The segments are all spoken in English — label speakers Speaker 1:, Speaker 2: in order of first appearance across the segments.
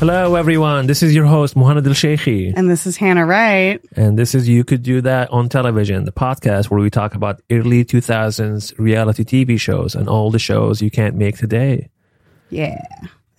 Speaker 1: Hello, everyone. This is your host, Muhammad El Sheikhi.
Speaker 2: And this is Hannah Wright.
Speaker 1: And this is You Could Do That on Television, the podcast where we talk about early 2000s reality TV shows and all the shows you can't make today.
Speaker 2: Yeah.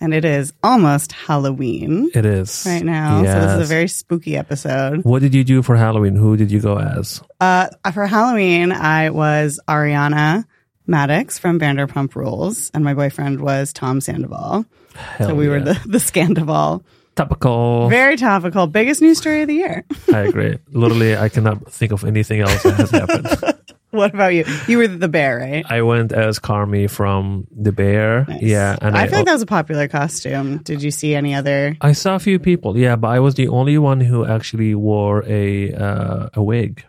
Speaker 2: And it is almost Halloween
Speaker 1: It is.
Speaker 2: right now. So this is
Speaker 1: Yes.
Speaker 2: a very spooky episode.
Speaker 1: What did you do for Halloween? Who did you go as?
Speaker 2: Uh, for Halloween, I was Ariana Maddox from Vanderpump Rules, and my boyfriend was Tom Sandoval.
Speaker 1: Hell
Speaker 2: so we were
Speaker 1: yeah.
Speaker 2: the, the Scandival.
Speaker 1: topical.
Speaker 2: Very topical. Biggest news story of the year.
Speaker 1: I agree. Literally, I cannot think of anything else that has happened.
Speaker 2: what about you? You were the bear, right?
Speaker 1: I went as Carmi from The Bear.
Speaker 2: Nice.
Speaker 1: Yeah, and
Speaker 2: I,
Speaker 1: I,
Speaker 2: feel like that was a popular costume. Did you see any other?
Speaker 1: I saw a few people. Yeah, but I was the only one who actually wore a uh, a wig.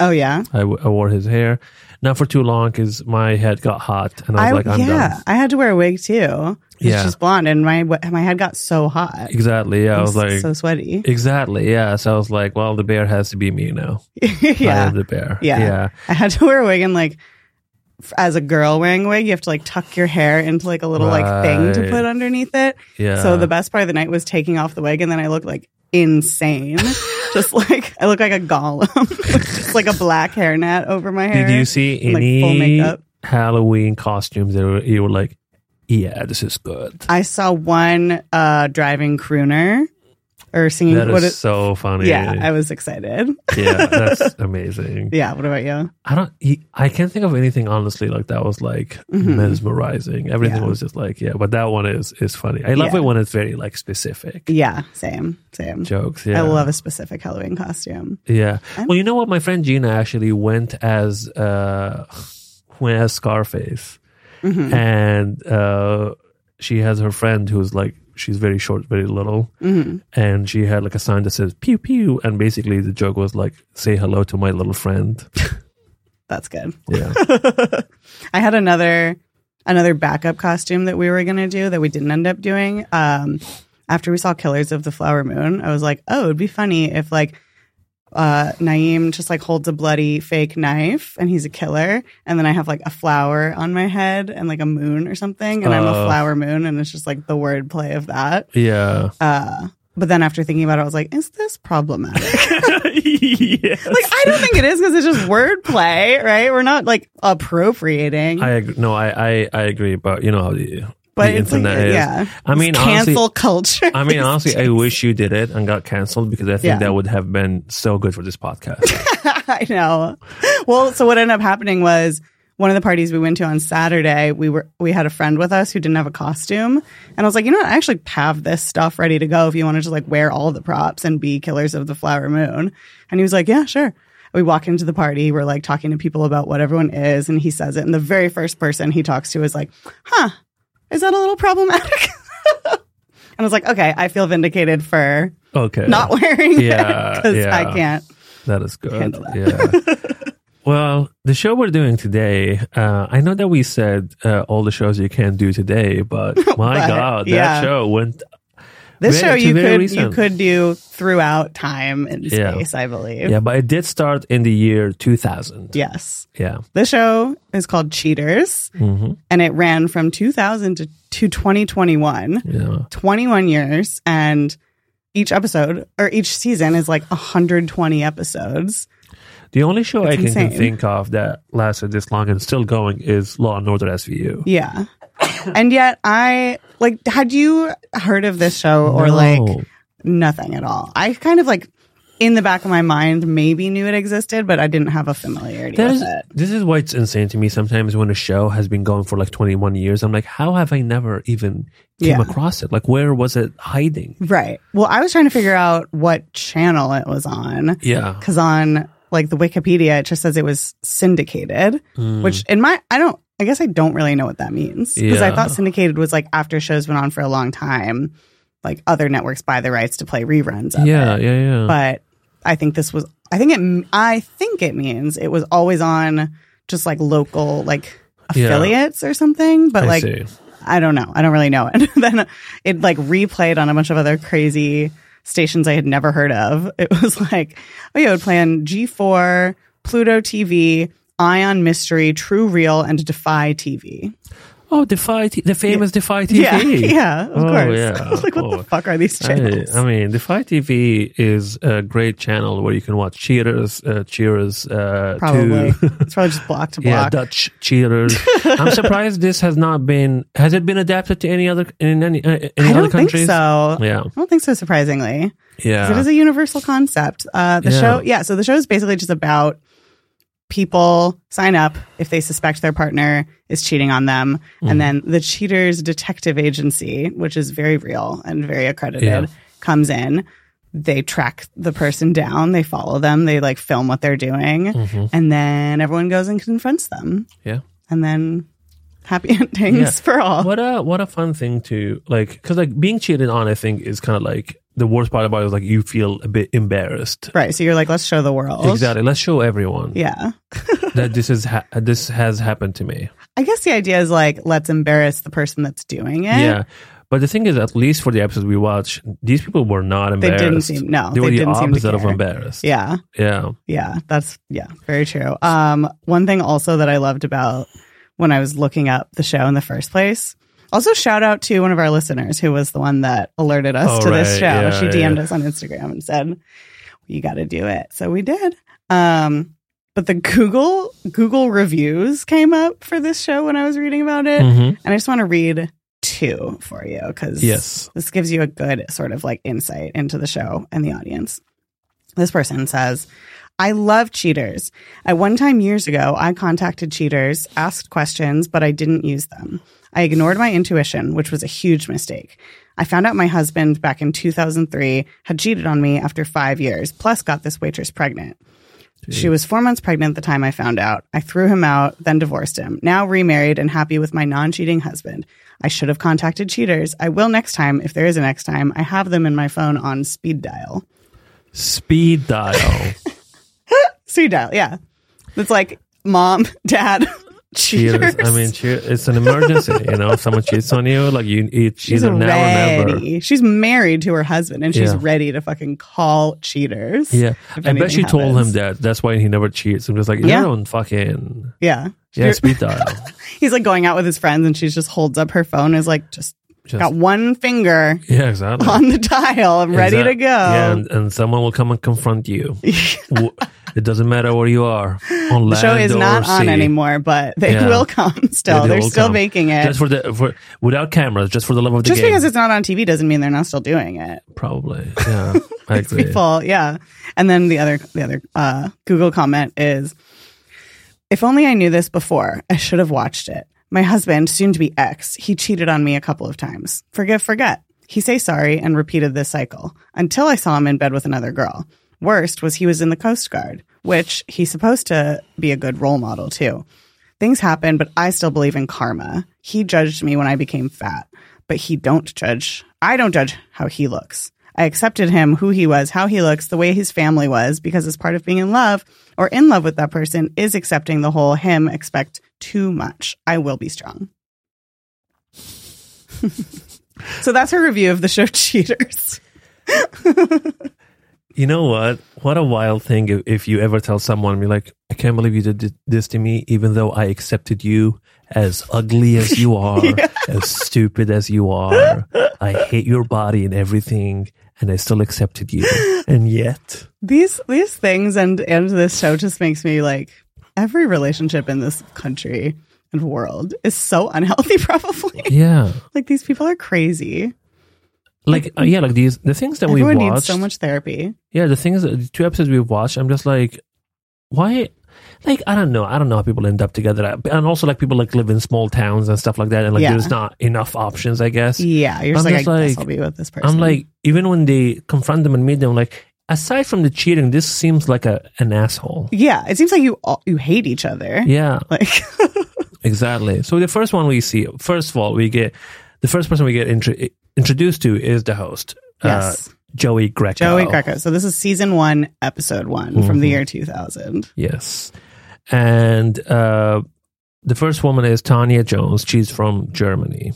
Speaker 2: Oh, yeah.
Speaker 1: I, w- I wore his hair, not for too long, because my head got hot, and I was like, "I'm
Speaker 2: yeah,
Speaker 1: done."
Speaker 2: I had to wear a wig too. It's
Speaker 1: Yeah.
Speaker 2: just blonde, and my my head got so hot.
Speaker 1: Exactly. Yeah, I was
Speaker 2: I'm
Speaker 1: like,
Speaker 2: so sweaty.
Speaker 1: exactly. Yeah. So I was like, "Well, the bear has to be me now. I
Speaker 2: yeah.
Speaker 1: am the bear."
Speaker 2: Yeah.
Speaker 1: yeah.
Speaker 2: I had to wear a wig and like f- as a girl wearing a wig, you have to like tuck your hair into like a little like thing to
Speaker 1: Right.
Speaker 2: put underneath it.
Speaker 1: yeah.
Speaker 2: So the best part of the night was taking off the wig and then I looked like insane. just like I look like a golem. with just like a black hairnet over my hair.
Speaker 1: Did you see
Speaker 2: and, like, full
Speaker 1: any
Speaker 2: makeup.
Speaker 1: Halloween costumes that were, you were like, "Yeah, this is good."
Speaker 2: I saw one uh driving crooner or singing
Speaker 1: That is
Speaker 2: Mm, what
Speaker 1: so funny.
Speaker 2: yeah, I was excited.
Speaker 1: yeah, that's amazing.
Speaker 2: Yeah, what about you?
Speaker 1: I don't. he- I can't think of anything honestly like that was like
Speaker 2: Mhm.
Speaker 1: mesmerizing. Everything
Speaker 2: Yeah.
Speaker 1: was just like yeah. But that one is is funny. I love
Speaker 2: Yeah.
Speaker 1: it when it's very like specific
Speaker 2: Yeah, same, same.
Speaker 1: jokes. Yeah,
Speaker 2: I love a specific Halloween costume.
Speaker 1: Yeah.
Speaker 2: I'm-
Speaker 1: well, you know what? My friend Gina actually went as uh went as Scarface,
Speaker 2: Mhm.
Speaker 1: and uh she has her friend who's like she's very short, very little,
Speaker 2: hmm
Speaker 1: and she had like a sign that says pew pew, and basically the joke was like say hello to my little friend.
Speaker 2: That's good.
Speaker 1: yeah.
Speaker 2: I had another another backup costume that we were gonna do that we didn't end up doing. Um, after we saw Killers of the Flower Moon, I was like, oh, it'd be funny if like uh, Naeem just like holds a bloody fake knife and he's a killer, and then I have like a flower on my head and like a moon or something, and I'm a
Speaker 1: Oh.
Speaker 2: flower moon, and it's just like the word play of that.
Speaker 1: Yeah.
Speaker 2: Uh, but then after thinking about it, I was like, is this problematic?
Speaker 1: yes.
Speaker 2: like I don't think it is because it's just wordplay, right? We're not like appropriating,
Speaker 1: I agree. No, I, I, I agree. But you know how the,
Speaker 2: but
Speaker 1: the
Speaker 2: it's like uh,
Speaker 1: internet is.
Speaker 2: yeah.
Speaker 1: I mean,
Speaker 2: It's
Speaker 1: honestly,
Speaker 2: cancel culture.
Speaker 1: I mean, honestly, I wish you did it and got canceled because I think
Speaker 2: Yeah.
Speaker 1: that would have been so good for this podcast.
Speaker 2: I know. Well, so what ended up happening was one of the parties we went to on Saturday, we were we had a friend with us who didn't have a costume, and I was like, you know what, I actually have this stuff ready to go if you want to just like wear all the props and be killers of the flower moon. And he was like, yeah, sure. We walk into the party, we're like talking to people about what everyone is, and he says it, and the very first person he talks to is like, huh, is that a little problematic? and I was like, okay, I feel vindicated for
Speaker 1: okay,
Speaker 2: not wearing
Speaker 1: Yeah,
Speaker 2: it because
Speaker 1: yeah.
Speaker 2: I can't.
Speaker 1: that is good.
Speaker 2: Handle
Speaker 1: Yeah. Well, the show we're doing today, uh, I know that we said uh, all the shows you can't do today, but my
Speaker 2: But,
Speaker 1: God, that
Speaker 2: yeah.
Speaker 1: show went. Very-
Speaker 2: This show
Speaker 1: it's
Speaker 2: you
Speaker 1: very
Speaker 2: could you
Speaker 1: recent.
Speaker 2: could do throughout time and
Speaker 1: Yeah.
Speaker 2: space, I believe.
Speaker 1: Yeah, but it did start in the year 2000.
Speaker 2: Yes.
Speaker 1: Yeah.
Speaker 2: This show is called Cheaters
Speaker 1: hmm
Speaker 2: and it ran from 2000 to, to 2021,
Speaker 1: Yeah.
Speaker 2: 21 years and each episode or each season is like 120 episodes.
Speaker 1: The only show I
Speaker 2: It's
Speaker 1: can
Speaker 2: insane.
Speaker 1: think of that lasted this long and still going is Law and Order SVU.
Speaker 2: Yeah. and yet I like had you heard of this show or
Speaker 1: No.
Speaker 2: like nothing at all? I kind of like in the back of my mind maybe knew it existed, but I didn't have a familiarity
Speaker 1: That
Speaker 2: with
Speaker 1: is-
Speaker 2: it.
Speaker 1: this is why it's insane to me sometimes when a show has been going for like 21 years. I'm like, how have I never even came
Speaker 2: Yeah.
Speaker 1: across it? Like, where was it hiding?
Speaker 2: Right. Well, I was trying to figure out what channel it was on
Speaker 1: Yeah.
Speaker 2: because on like the Wikipedia, it just says it was syndicated,
Speaker 1: Mm.
Speaker 2: which in my, I don't, I guess I don't really know what that means because I
Speaker 1: Yeah.
Speaker 2: thought syndicated was like after shows went on for a long time, like other networks buy the rights to play reruns of
Speaker 1: yeah, yeah,
Speaker 2: it.
Speaker 1: yeah.
Speaker 2: But I think this was, I think it, I think it means it was always on just like local, like
Speaker 1: Yeah.
Speaker 2: affiliates or something, but
Speaker 1: I
Speaker 2: like
Speaker 1: see.
Speaker 2: I don't know. I don't really know it. then it like replayed on a bunch of other crazy stations I had never heard of. It was like, oh yeah, it would play on G4, Pluto TV, Ion Mystery, True Real, and Defy TV.
Speaker 1: oh, Defy, T- the famous Defy TV.
Speaker 2: Yeah, yeah, of
Speaker 1: Oh,
Speaker 2: course.
Speaker 1: yeah.
Speaker 2: I was like, what
Speaker 1: Oh.
Speaker 2: the fuck are these
Speaker 1: I,
Speaker 2: channels?
Speaker 1: I mean, Defy TV is a great channel where you can watch Cheaters, uh, Cheers, uh,
Speaker 2: probably.
Speaker 1: two-
Speaker 2: it's probably just block to
Speaker 1: yeah,
Speaker 2: block.
Speaker 1: Dutch Cheaters. I'm surprised this has not been. Has it been adapted to any other in any uh, any
Speaker 2: I
Speaker 1: other
Speaker 2: don't think
Speaker 1: countries?
Speaker 2: so.
Speaker 1: Yeah,
Speaker 2: I don't think so, surprisingly. 'Cause It
Speaker 1: yeah,
Speaker 2: is a universal concept. Uh, the
Speaker 1: Yeah.
Speaker 2: show, yeah. So the show is basically just about people sign up if they suspect their partner is cheating on them,
Speaker 1: Mm.
Speaker 2: and then the Cheaters Detective Agency, which is very real and very accredited,
Speaker 1: Yeah.
Speaker 2: comes in. They track the person down. They follow them. They like film what they're doing,
Speaker 1: Mm-hmm.
Speaker 2: and then everyone goes and confronts them,
Speaker 1: yeah.
Speaker 2: and then happy endings
Speaker 1: Yeah.
Speaker 2: for all.
Speaker 1: What a what a fun thing to like because like being cheated on. I think is kind of like the worst part about it is like you feel a bit embarrassed.
Speaker 2: Right. So you're like, let's show the world.
Speaker 1: Exactly. Let's show everyone
Speaker 2: Yeah.
Speaker 1: that this is ha- this has happened to me.
Speaker 2: I guess the idea is like, let's embarrass the person that's doing it.
Speaker 1: Yeah. But the thing is, at least for the episodes we watched, these people were not
Speaker 2: They
Speaker 1: embarrassed.
Speaker 2: didn't seem no.
Speaker 1: They were the
Speaker 2: didn't seem to
Speaker 1: opposite of
Speaker 2: care.
Speaker 1: embarrassed.
Speaker 2: Yeah,
Speaker 1: Yeah.
Speaker 2: yeah, that's yeah, very true. Um, one thing also that I loved about when I was looking up the show in the first place. Also, shout out to one of our listeners who was the one that alerted us
Speaker 1: Oh,
Speaker 2: to this
Speaker 1: right.
Speaker 2: show.
Speaker 1: Yeah,
Speaker 2: she
Speaker 1: yeah,
Speaker 2: DM'd
Speaker 1: yeah.
Speaker 2: us on Instagram and said, "You got to do it." So we did. Um, but the Google Google reviews came up for this show when I was reading about it,
Speaker 1: Mhm.
Speaker 2: and I just want to read two for you because
Speaker 1: Yes.
Speaker 2: this gives you a good sort of like insight into the show and the audience. This person says, I love cheaters. At one time years ago, I contacted cheaters, asked questions, but I didn't use them. I ignored my intuition, which was a huge mistake. I found out my husband back in 2003 had cheated on me after five years, plus got this waitress pregnant. She was four months pregnant at the time I found out. I threw him out, then divorced him. Now remarried and happy with my non cheating husband. I should have contacted cheaters. I will next time, if there is a next time. I have them in my phone on speed dial.
Speaker 1: Speed dial.
Speaker 2: Speed dial, yeah. It's like mom, dad, cheaters.
Speaker 1: cheaters. I mean, cheer, it's an emergency. You know, if someone cheats on you, like you, it's
Speaker 2: she's
Speaker 1: either now or never.
Speaker 2: ready. She's married to her husband and she's
Speaker 1: Yeah.
Speaker 2: ready to fucking call cheaters.
Speaker 1: Yeah,
Speaker 2: If
Speaker 1: I
Speaker 2: anything
Speaker 1: bet she told him
Speaker 2: happens.
Speaker 1: that. That's why he never cheats. I'm just like, you're
Speaker 2: Yeah.
Speaker 1: on fucking
Speaker 2: Yeah.
Speaker 1: yeah, speed dial.
Speaker 2: He's like going out with his friends and she just holds up her phone and is like, just
Speaker 1: Just-
Speaker 2: got one finger
Speaker 1: yeah, exactly.
Speaker 2: on the dial. I'm ready
Speaker 1: Exact-
Speaker 2: to go.
Speaker 1: Yeah, and, and someone will come and confront you. W- it doesn't matter where you are. On
Speaker 2: the
Speaker 1: land
Speaker 2: show is
Speaker 1: or
Speaker 2: not on
Speaker 1: sea.
Speaker 2: anymore, but they
Speaker 1: Yeah.
Speaker 2: will come still.
Speaker 1: They
Speaker 2: They are
Speaker 1: will
Speaker 2: still
Speaker 1: come.
Speaker 2: making it.
Speaker 1: Just
Speaker 2: Just,
Speaker 1: for the for without cameras, just for the love of the game.
Speaker 2: because it's not on TV doesn't mean they're not still doing it.
Speaker 1: probably yeah. I agree.
Speaker 2: People, yeah. And then the other the other uh, Google comment is if only I knew this before, I should have watched it. My husband, soon to be ex, he cheated on me a couple of times. Forgive, forget. He say sorry and repeated this cycle until I saw him in bed with another girl. Worst was he was in the Coast Guard, which he's supposed to be a good role model too. Things happen, but I still believe in karma. He judged me when I became fat, but he don't judge. I don't judge how he looks. I accepted him, who he was, how he looks, the way his family was, because as part of being in love or in love with that person is accepting the whole him expect too much. I will be strong. so that's her review of the show Cheaters.
Speaker 1: You know what? What a wild thing if, if you ever tell someone, be like, I can't believe you did thi- this to me, even though I accepted you as ugly as you are, as stupid as you are. I hate your body and everything, and I still accepted you. And yet,
Speaker 2: These these things and and this show just makes me like every relationship in this country and world is so unhealthy probably.
Speaker 1: yeah.
Speaker 2: Like these people are crazy.
Speaker 1: Like, uh, yeah, like these, the things that we
Speaker 2: Everyone
Speaker 1: watched.
Speaker 2: needs so much therapy.
Speaker 1: yeah, the things, the two episodes we've watched, I'm just like, why? Like, I don't know. I don't know how people end up together. And also, like, people like live in small towns and stuff like that. And like,
Speaker 2: Yeah.
Speaker 1: there's not enough options, I guess.
Speaker 2: Yeah, you're just
Speaker 1: I'm
Speaker 2: like,
Speaker 1: just
Speaker 2: I
Speaker 1: like-
Speaker 2: guess I'll be with this person.
Speaker 1: I'm like, even when they confront them and meet them, like, aside from the cheating, this seems like a an asshole.
Speaker 2: yeah, it seems like you all, you hate each other.
Speaker 1: Yeah,
Speaker 2: Like
Speaker 1: exactly. So the first one we see, first of all, we get the first person we get intro- introduced to is the host,
Speaker 2: yes,
Speaker 1: uh, Joey Greco.
Speaker 2: Joey Greco. So this is season one, episode one from
Speaker 1: Mm-hmm.
Speaker 2: the year 2000.
Speaker 1: Yes, and uh, the first woman is Tanya Jones. She's from Germany,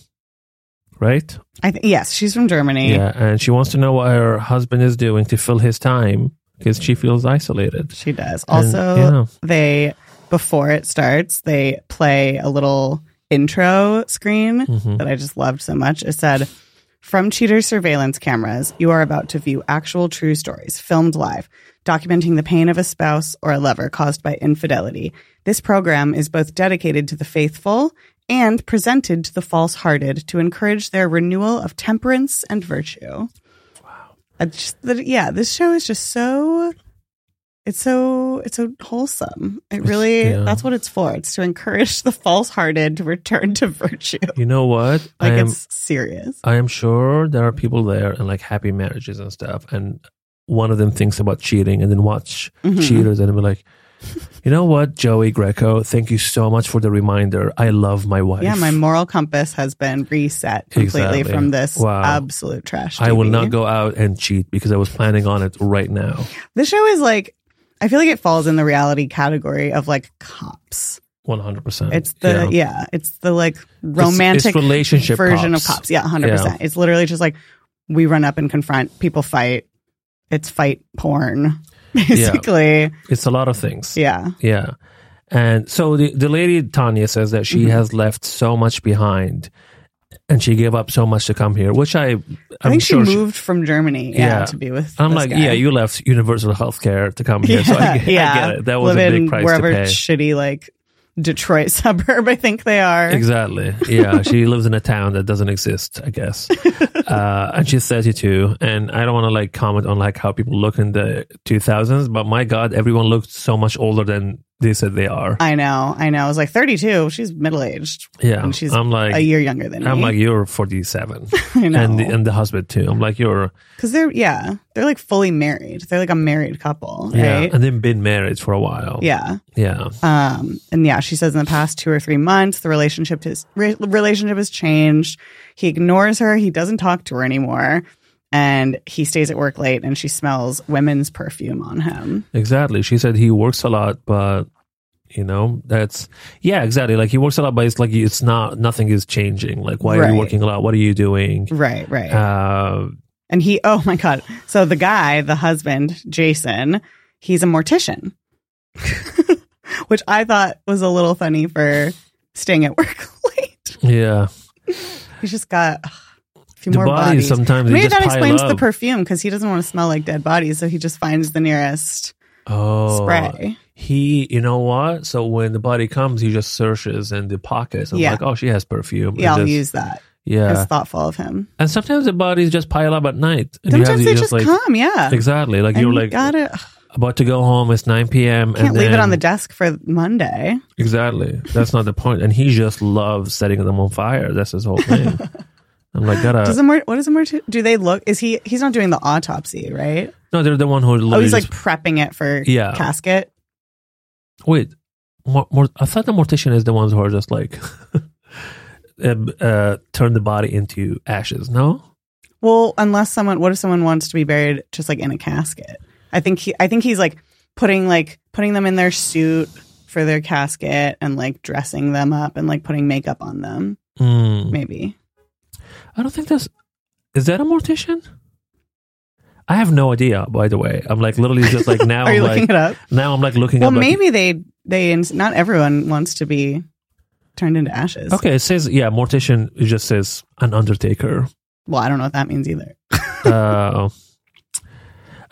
Speaker 1: right?
Speaker 2: I th- yes, she's from Germany.
Speaker 1: Yeah, and she wants to know what her husband is doing to fill his time because she feels isolated.
Speaker 2: She does.
Speaker 1: And,
Speaker 2: Also,
Speaker 1: yeah.
Speaker 2: they before it starts, they play a little intro screen
Speaker 1: Mhm.
Speaker 2: that I just loved so much. It said, From cheater surveillance cameras, you are about to view actual true stories filmed live, documenting the pain of a spouse or a lover caused by infidelity. This program is both dedicated to the faithful and presented to the false hearted to encourage their renewal of temperance and virtue. Wow. Just, that- yeah, this show is just so. It's so it's so wholesome. It really
Speaker 1: yeah.
Speaker 2: that's what it's for. It's to encourage the false hearted to return to virtue.
Speaker 1: You know what? I
Speaker 2: Like
Speaker 1: am
Speaker 2: it's serious.
Speaker 1: I am sure there are people there and like happy marriages and stuff, and one of them thinks about cheating and then watch
Speaker 2: Mhm.
Speaker 1: cheaters and be like, you know what, Joey Greco, thank you so much for the reminder. I love my wife.
Speaker 2: Yeah, my moral compass has been reset completely
Speaker 1: Exactly.
Speaker 2: from this
Speaker 1: Wow.
Speaker 2: absolute trash.
Speaker 1: I will
Speaker 2: TV.
Speaker 1: not go out and cheat because I was planning on it right now.
Speaker 2: This show is like, I feel like it falls in the reality category of like cops.
Speaker 1: One hundred percent.
Speaker 2: It's the yeah, it's the like romantic
Speaker 1: relationship
Speaker 2: version
Speaker 1: cops.
Speaker 2: of cops. Yeah, hundred percent. It's literally just like we run up and confront people, fight. It's fight porn, basically.
Speaker 1: It's a lot of things.
Speaker 2: Yeah,
Speaker 1: Yeah. And so the, the lady Tanya says that she
Speaker 2: Mhm.
Speaker 1: has left so much behind and she gave up so much to come here, which I I'm
Speaker 2: i think
Speaker 1: sure
Speaker 2: she moved from Germany. Yeah,
Speaker 1: Yeah.
Speaker 2: to be with.
Speaker 1: I'm
Speaker 2: this
Speaker 1: like,
Speaker 2: guy.
Speaker 1: yeah, you left universal healthcare to come here. so I, get- I get it. That was
Speaker 2: Live
Speaker 1: a
Speaker 2: in
Speaker 1: big price
Speaker 2: wherever
Speaker 1: to pay.
Speaker 2: shitty like Detroit suburb, I think they are.
Speaker 1: Exactly. Yeah, she lives in a town that doesn't exist, I guess. Uh, and she's 32, and I don't want to like comment on like how people look in the 2000s, but my god, everyone looked so much older than they said they are.
Speaker 2: I know, I know. I was like 32. She's middle aged,
Speaker 1: Yeah,
Speaker 2: and she's
Speaker 1: I'm
Speaker 2: a
Speaker 1: like,
Speaker 2: year younger than
Speaker 1: I'm
Speaker 2: me.
Speaker 1: like, you're 47,
Speaker 2: I know,
Speaker 1: and the, and the husband too. I'm like, you're
Speaker 2: because they're yeah, they're like fully married. They're like a married couple,
Speaker 1: yeah,
Speaker 2: right?
Speaker 1: and then been married for a while.
Speaker 2: Yeah.
Speaker 1: yeah,
Speaker 2: Um, and yeah, she says in the past two or three months, the relationship has re- relationship has changed. He ignores her. He doesn't talk to her anymore, and he stays at work late. And she smells women's perfume on him.
Speaker 1: exactly. She said he works a lot, but you know, that's yeah, exactly. Like he works a lot, but it's like it's not nothing is changing. Like, why are
Speaker 2: Right.
Speaker 1: you working a lot? What are you doing?
Speaker 2: Right, right.
Speaker 1: Uh,
Speaker 2: And he, oh my God. So the guy, the husband, Jason, he's a mortician, which I thought was a little funny for staying at work late.
Speaker 1: yeah,
Speaker 2: He's just got ugh, a few
Speaker 1: the
Speaker 2: more
Speaker 1: bodies
Speaker 2: bodies.
Speaker 1: sometimes they
Speaker 2: Maybe
Speaker 1: just
Speaker 2: that
Speaker 1: pile
Speaker 2: explains the
Speaker 1: up.
Speaker 2: perfume because he doesn't want to smell like dead bodies. So he just finds the nearest
Speaker 1: oh,
Speaker 2: spray.
Speaker 1: He, you know what? So when the body comes, he just searches in the pockets. I'm
Speaker 2: Yeah.
Speaker 1: like, oh, she has perfume. And
Speaker 2: Yeah, I'll
Speaker 1: just-
Speaker 2: use that. It's
Speaker 1: Yeah,
Speaker 2: thoughtful of him.
Speaker 1: and sometimes the bodies just pile up at night. And you have to
Speaker 2: Sometimes they just
Speaker 1: like,
Speaker 2: come. Yeah.
Speaker 1: Exactly. Like
Speaker 2: And
Speaker 1: you're
Speaker 2: you
Speaker 1: like
Speaker 2: gotta ugh,
Speaker 1: about to go home. It's nine p.m.
Speaker 2: can't
Speaker 1: and
Speaker 2: leave it
Speaker 1: then-
Speaker 2: on the desk for Monday.
Speaker 1: Exactly. That's not the point. And he just loves setting them on fire. That's his whole thing. I'm like, gotta.
Speaker 2: Does a mort- what does a mort- do they look? Is he? He's not doing the autopsy, right?
Speaker 1: no, they're the one who.
Speaker 2: Oh,
Speaker 1: literally
Speaker 2: he's like
Speaker 1: just-
Speaker 2: prepping it for
Speaker 1: Yeah.
Speaker 2: casket.
Speaker 1: wait. Mor- mor- I thought the mortician is the ones who are just like, um, uh, turn the body into ashes. No.
Speaker 2: Well, unless someone, what if someone wants to be buried just like in a casket? I think he, I think he's like putting like putting them in their suit for their casket and like dressing them up and like putting makeup on them.
Speaker 1: Hmm.
Speaker 2: Maybe
Speaker 1: I don't think that's. Is that a mortician? I have no idea. By the way, I'm like literally just like now.
Speaker 2: are you
Speaker 1: I'm
Speaker 2: looking
Speaker 1: like
Speaker 2: it up?
Speaker 1: now. I'm like looking.
Speaker 2: Well,
Speaker 1: up, like,
Speaker 2: maybe they they ins- not everyone wants to be turned into ashes.
Speaker 1: Okay, it says yeah, mortician. It just says an undertaker,
Speaker 2: Well, I don't know what that means either.
Speaker 1: uh,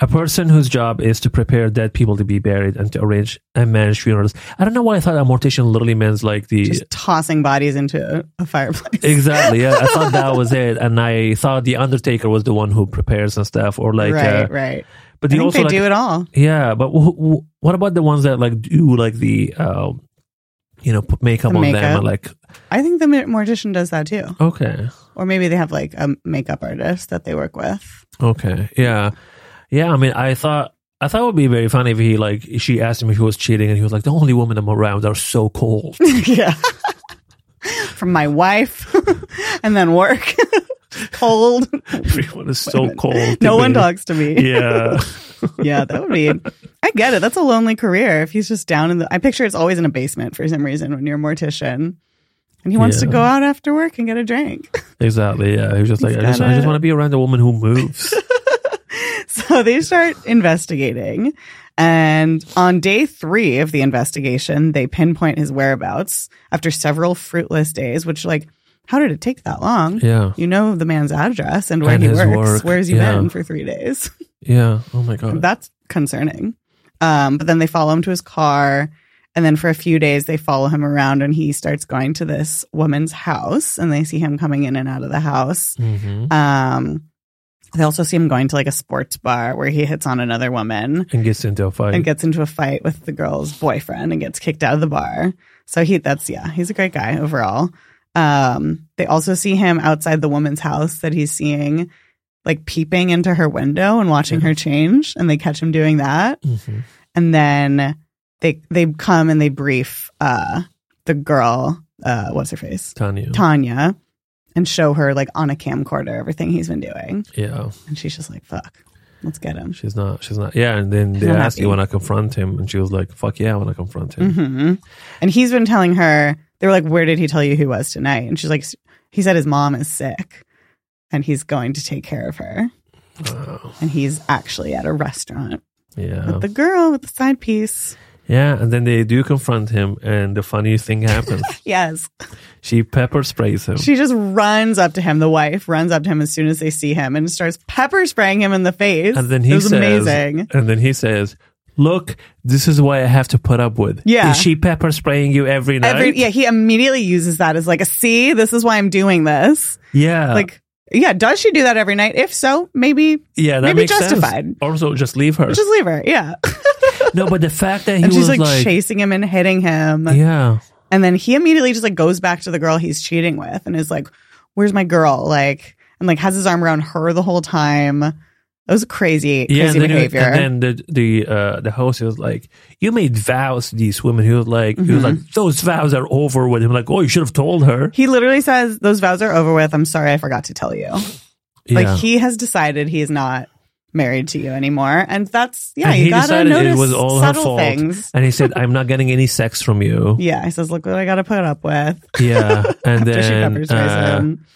Speaker 1: a person whose job is to prepare dead people to be buried and to arrange and manage funerals. I don't know why I thought a mortician literally means like the
Speaker 2: Just tossing bodies into a, a fireplace.
Speaker 1: exactly. Yeah, I thought that was it, and I thought the undertaker was the one who prepares and stuff, or like,
Speaker 2: right,
Speaker 1: uh,
Speaker 2: right.
Speaker 1: but
Speaker 2: I
Speaker 1: they
Speaker 2: think
Speaker 1: also
Speaker 2: they
Speaker 1: like,
Speaker 2: do it all.
Speaker 1: yeah. But wh- wh- what about the ones that like do like the. Uh, you know, put makeup
Speaker 2: The
Speaker 1: on them.
Speaker 2: makeup.
Speaker 1: And like,
Speaker 2: I think the ma- mortician does that too.
Speaker 1: okay,
Speaker 2: Or maybe they have like a makeup artist that they work with.
Speaker 1: Okay. Yeah. Yeah. I mean, I thought I thought it would be very funny if he like she asked him if he was cheating, and he was like, "The only women I'm around are so cold."
Speaker 2: yeah. From my wife and then work. Cold.
Speaker 1: Everyone is so
Speaker 2: Women.
Speaker 1: cold. to
Speaker 2: No
Speaker 1: me.
Speaker 2: one talks to me.
Speaker 1: Yeah.
Speaker 2: Yeah, that would be. I get it. That's a lonely career. If he's just down in the. I picture it's always in a basement for some reason when you're a mortician. And he wants to
Speaker 1: Yeah.
Speaker 2: go out after work and get a drink.
Speaker 1: Exactly. Yeah. He was just like,
Speaker 2: He's
Speaker 1: I just, I
Speaker 2: gotta-
Speaker 1: just want to be around a woman who moves.
Speaker 2: So they start investigating And on day three of the investigation, they pinpoint his whereabouts after several fruitless days, which, like, how did it take that long?
Speaker 1: Yeah.
Speaker 2: You know the man's address and where
Speaker 1: And
Speaker 2: he
Speaker 1: his
Speaker 2: works.
Speaker 1: work,
Speaker 2: Where's he
Speaker 1: yeah.
Speaker 2: been for three days?
Speaker 1: Yeah. Oh my god.
Speaker 2: That's concerning. Um, but then they follow him to his car. And then for a few days, they follow him around and he starts going to this woman's house and they see him coming in and out of the house.
Speaker 1: hmm
Speaker 2: Um, they also see him going to like a sports bar where he hits on another woman
Speaker 1: And gets into a fight.
Speaker 2: and gets into a fight with the girl's boyfriend and gets kicked out of the bar. So he that's yeah, he's a great guy overall. Um they also see him outside the woman's house that he's seeing like peeping into her window and watching her change and they catch him doing that
Speaker 1: Mhm.
Speaker 2: and then they they come and they brief uh the girl uh what's her face?
Speaker 1: Tanya.
Speaker 2: Tanya and show her like on a camcorder everything he's been doing
Speaker 1: yeah.
Speaker 2: and she's just like fuck. Let's get him.
Speaker 1: She's not. She's not. Yeah. And then they
Speaker 2: not
Speaker 1: asked you
Speaker 2: happy.
Speaker 1: when I confront him, and she was like, "Fuck yeah, I want to confront him."
Speaker 2: hmm And he's been telling her, they were like, Where did he tell you he was tonight? And she's like, He said his mom is sick and he's going to take care of her.
Speaker 1: Wow. Oh.
Speaker 2: And he's actually at a restaurant
Speaker 1: yeah.
Speaker 2: with the girl with the side piece.
Speaker 1: yeah. And then they do confront him, and the funny thing happens.
Speaker 2: Yes.
Speaker 1: she pepper sprays him.
Speaker 2: She just runs up to him. The wife runs up to him as soon as they see him and starts pepper spraying him in the face.
Speaker 1: and then he
Speaker 2: it was
Speaker 1: says,
Speaker 2: amazing.
Speaker 1: and then he says, "Look, this is what I have to put up with.
Speaker 2: Yeah.
Speaker 1: is she pepper spraying you every night?
Speaker 2: Every, yeah, he immediately uses that as like a see, this is why I'm doing this.
Speaker 1: yeah,
Speaker 2: Like, yeah, does she do that every night? If so, maybe
Speaker 1: yeah, that
Speaker 2: maybe
Speaker 1: makes sense.
Speaker 2: justified.
Speaker 1: Also, just leave her.
Speaker 2: just leave her. Yeah.
Speaker 1: no, but the fact that he
Speaker 2: and she's
Speaker 1: was
Speaker 2: like,
Speaker 1: like,
Speaker 2: chasing him and hitting him
Speaker 1: yeah,
Speaker 2: and then he immediately just like goes back to the girl he's cheating with and is like where's my girl like and like has his arm around her the whole time that was crazy
Speaker 1: yeah,
Speaker 2: crazy
Speaker 1: and then, he-
Speaker 2: behavior
Speaker 1: and then the the uh, the host was like, "You made vows to these women." He was like, he was
Speaker 2: Mhm.
Speaker 1: like, "Those vows are over with him." Like, oh, you should have told her.
Speaker 2: he literally says those vows are over with i'm sorry i forgot to tell you
Speaker 1: yeah.
Speaker 2: like he has decided he is not married to you anymore and that's yeah
Speaker 1: And
Speaker 2: you
Speaker 1: he
Speaker 2: gotta
Speaker 1: decided it
Speaker 2: notice
Speaker 1: was all her
Speaker 2: subtle
Speaker 1: fault.
Speaker 2: things
Speaker 1: and he said, "I'm not getting any sex from you."
Speaker 2: yeah he says look what i gotta put up with
Speaker 1: Yeah, and
Speaker 2: after she
Speaker 1: then
Speaker 2: peppers
Speaker 1: uh,
Speaker 2: him.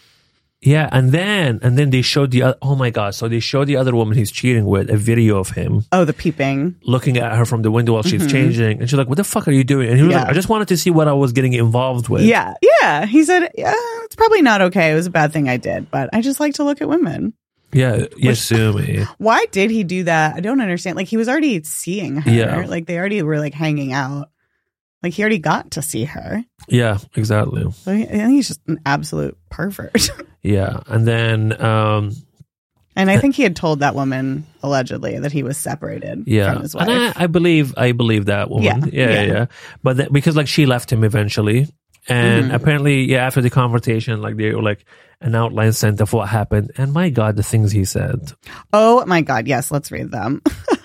Speaker 1: Yeah, and then and then they showed the oth- oh my god! So they showed the other woman he's cheating with a video of him
Speaker 2: oh the peeping
Speaker 1: looking at her from the window while she's
Speaker 2: Mhm.
Speaker 1: changing, and she's like, "What the fuck are you doing?" And he was
Speaker 2: Yeah.
Speaker 1: like, "I just wanted to see what I was getting involved with."
Speaker 2: Yeah, yeah. He said, yeah, it's probably not okay. It was a bad thing I did, but I just like to look at women.
Speaker 1: yeah, Yasumi.
Speaker 2: Why did he do that? I don't understand. Like, he was already seeing her.
Speaker 1: Yeah.
Speaker 2: Like, they already were like hanging out. Like, he already got to see her.
Speaker 1: yeah, exactly.
Speaker 2: So he, I think he's just an absolute pervert.
Speaker 1: Yeah, and then um,
Speaker 2: and I think he had told that woman allegedly that he was separated
Speaker 1: yeah,
Speaker 2: from his wife.
Speaker 1: and I, I believe I believe that woman.
Speaker 2: Yeah,
Speaker 1: Yeah, yeah,
Speaker 2: yeah.
Speaker 1: yeah. But that, because like she left him eventually, and
Speaker 2: Mhm.
Speaker 1: apparently, yeah, after the conversation, like they were like an outline sent of what happened, and my god, the things he said.
Speaker 2: oh my God. Yes, let's read them.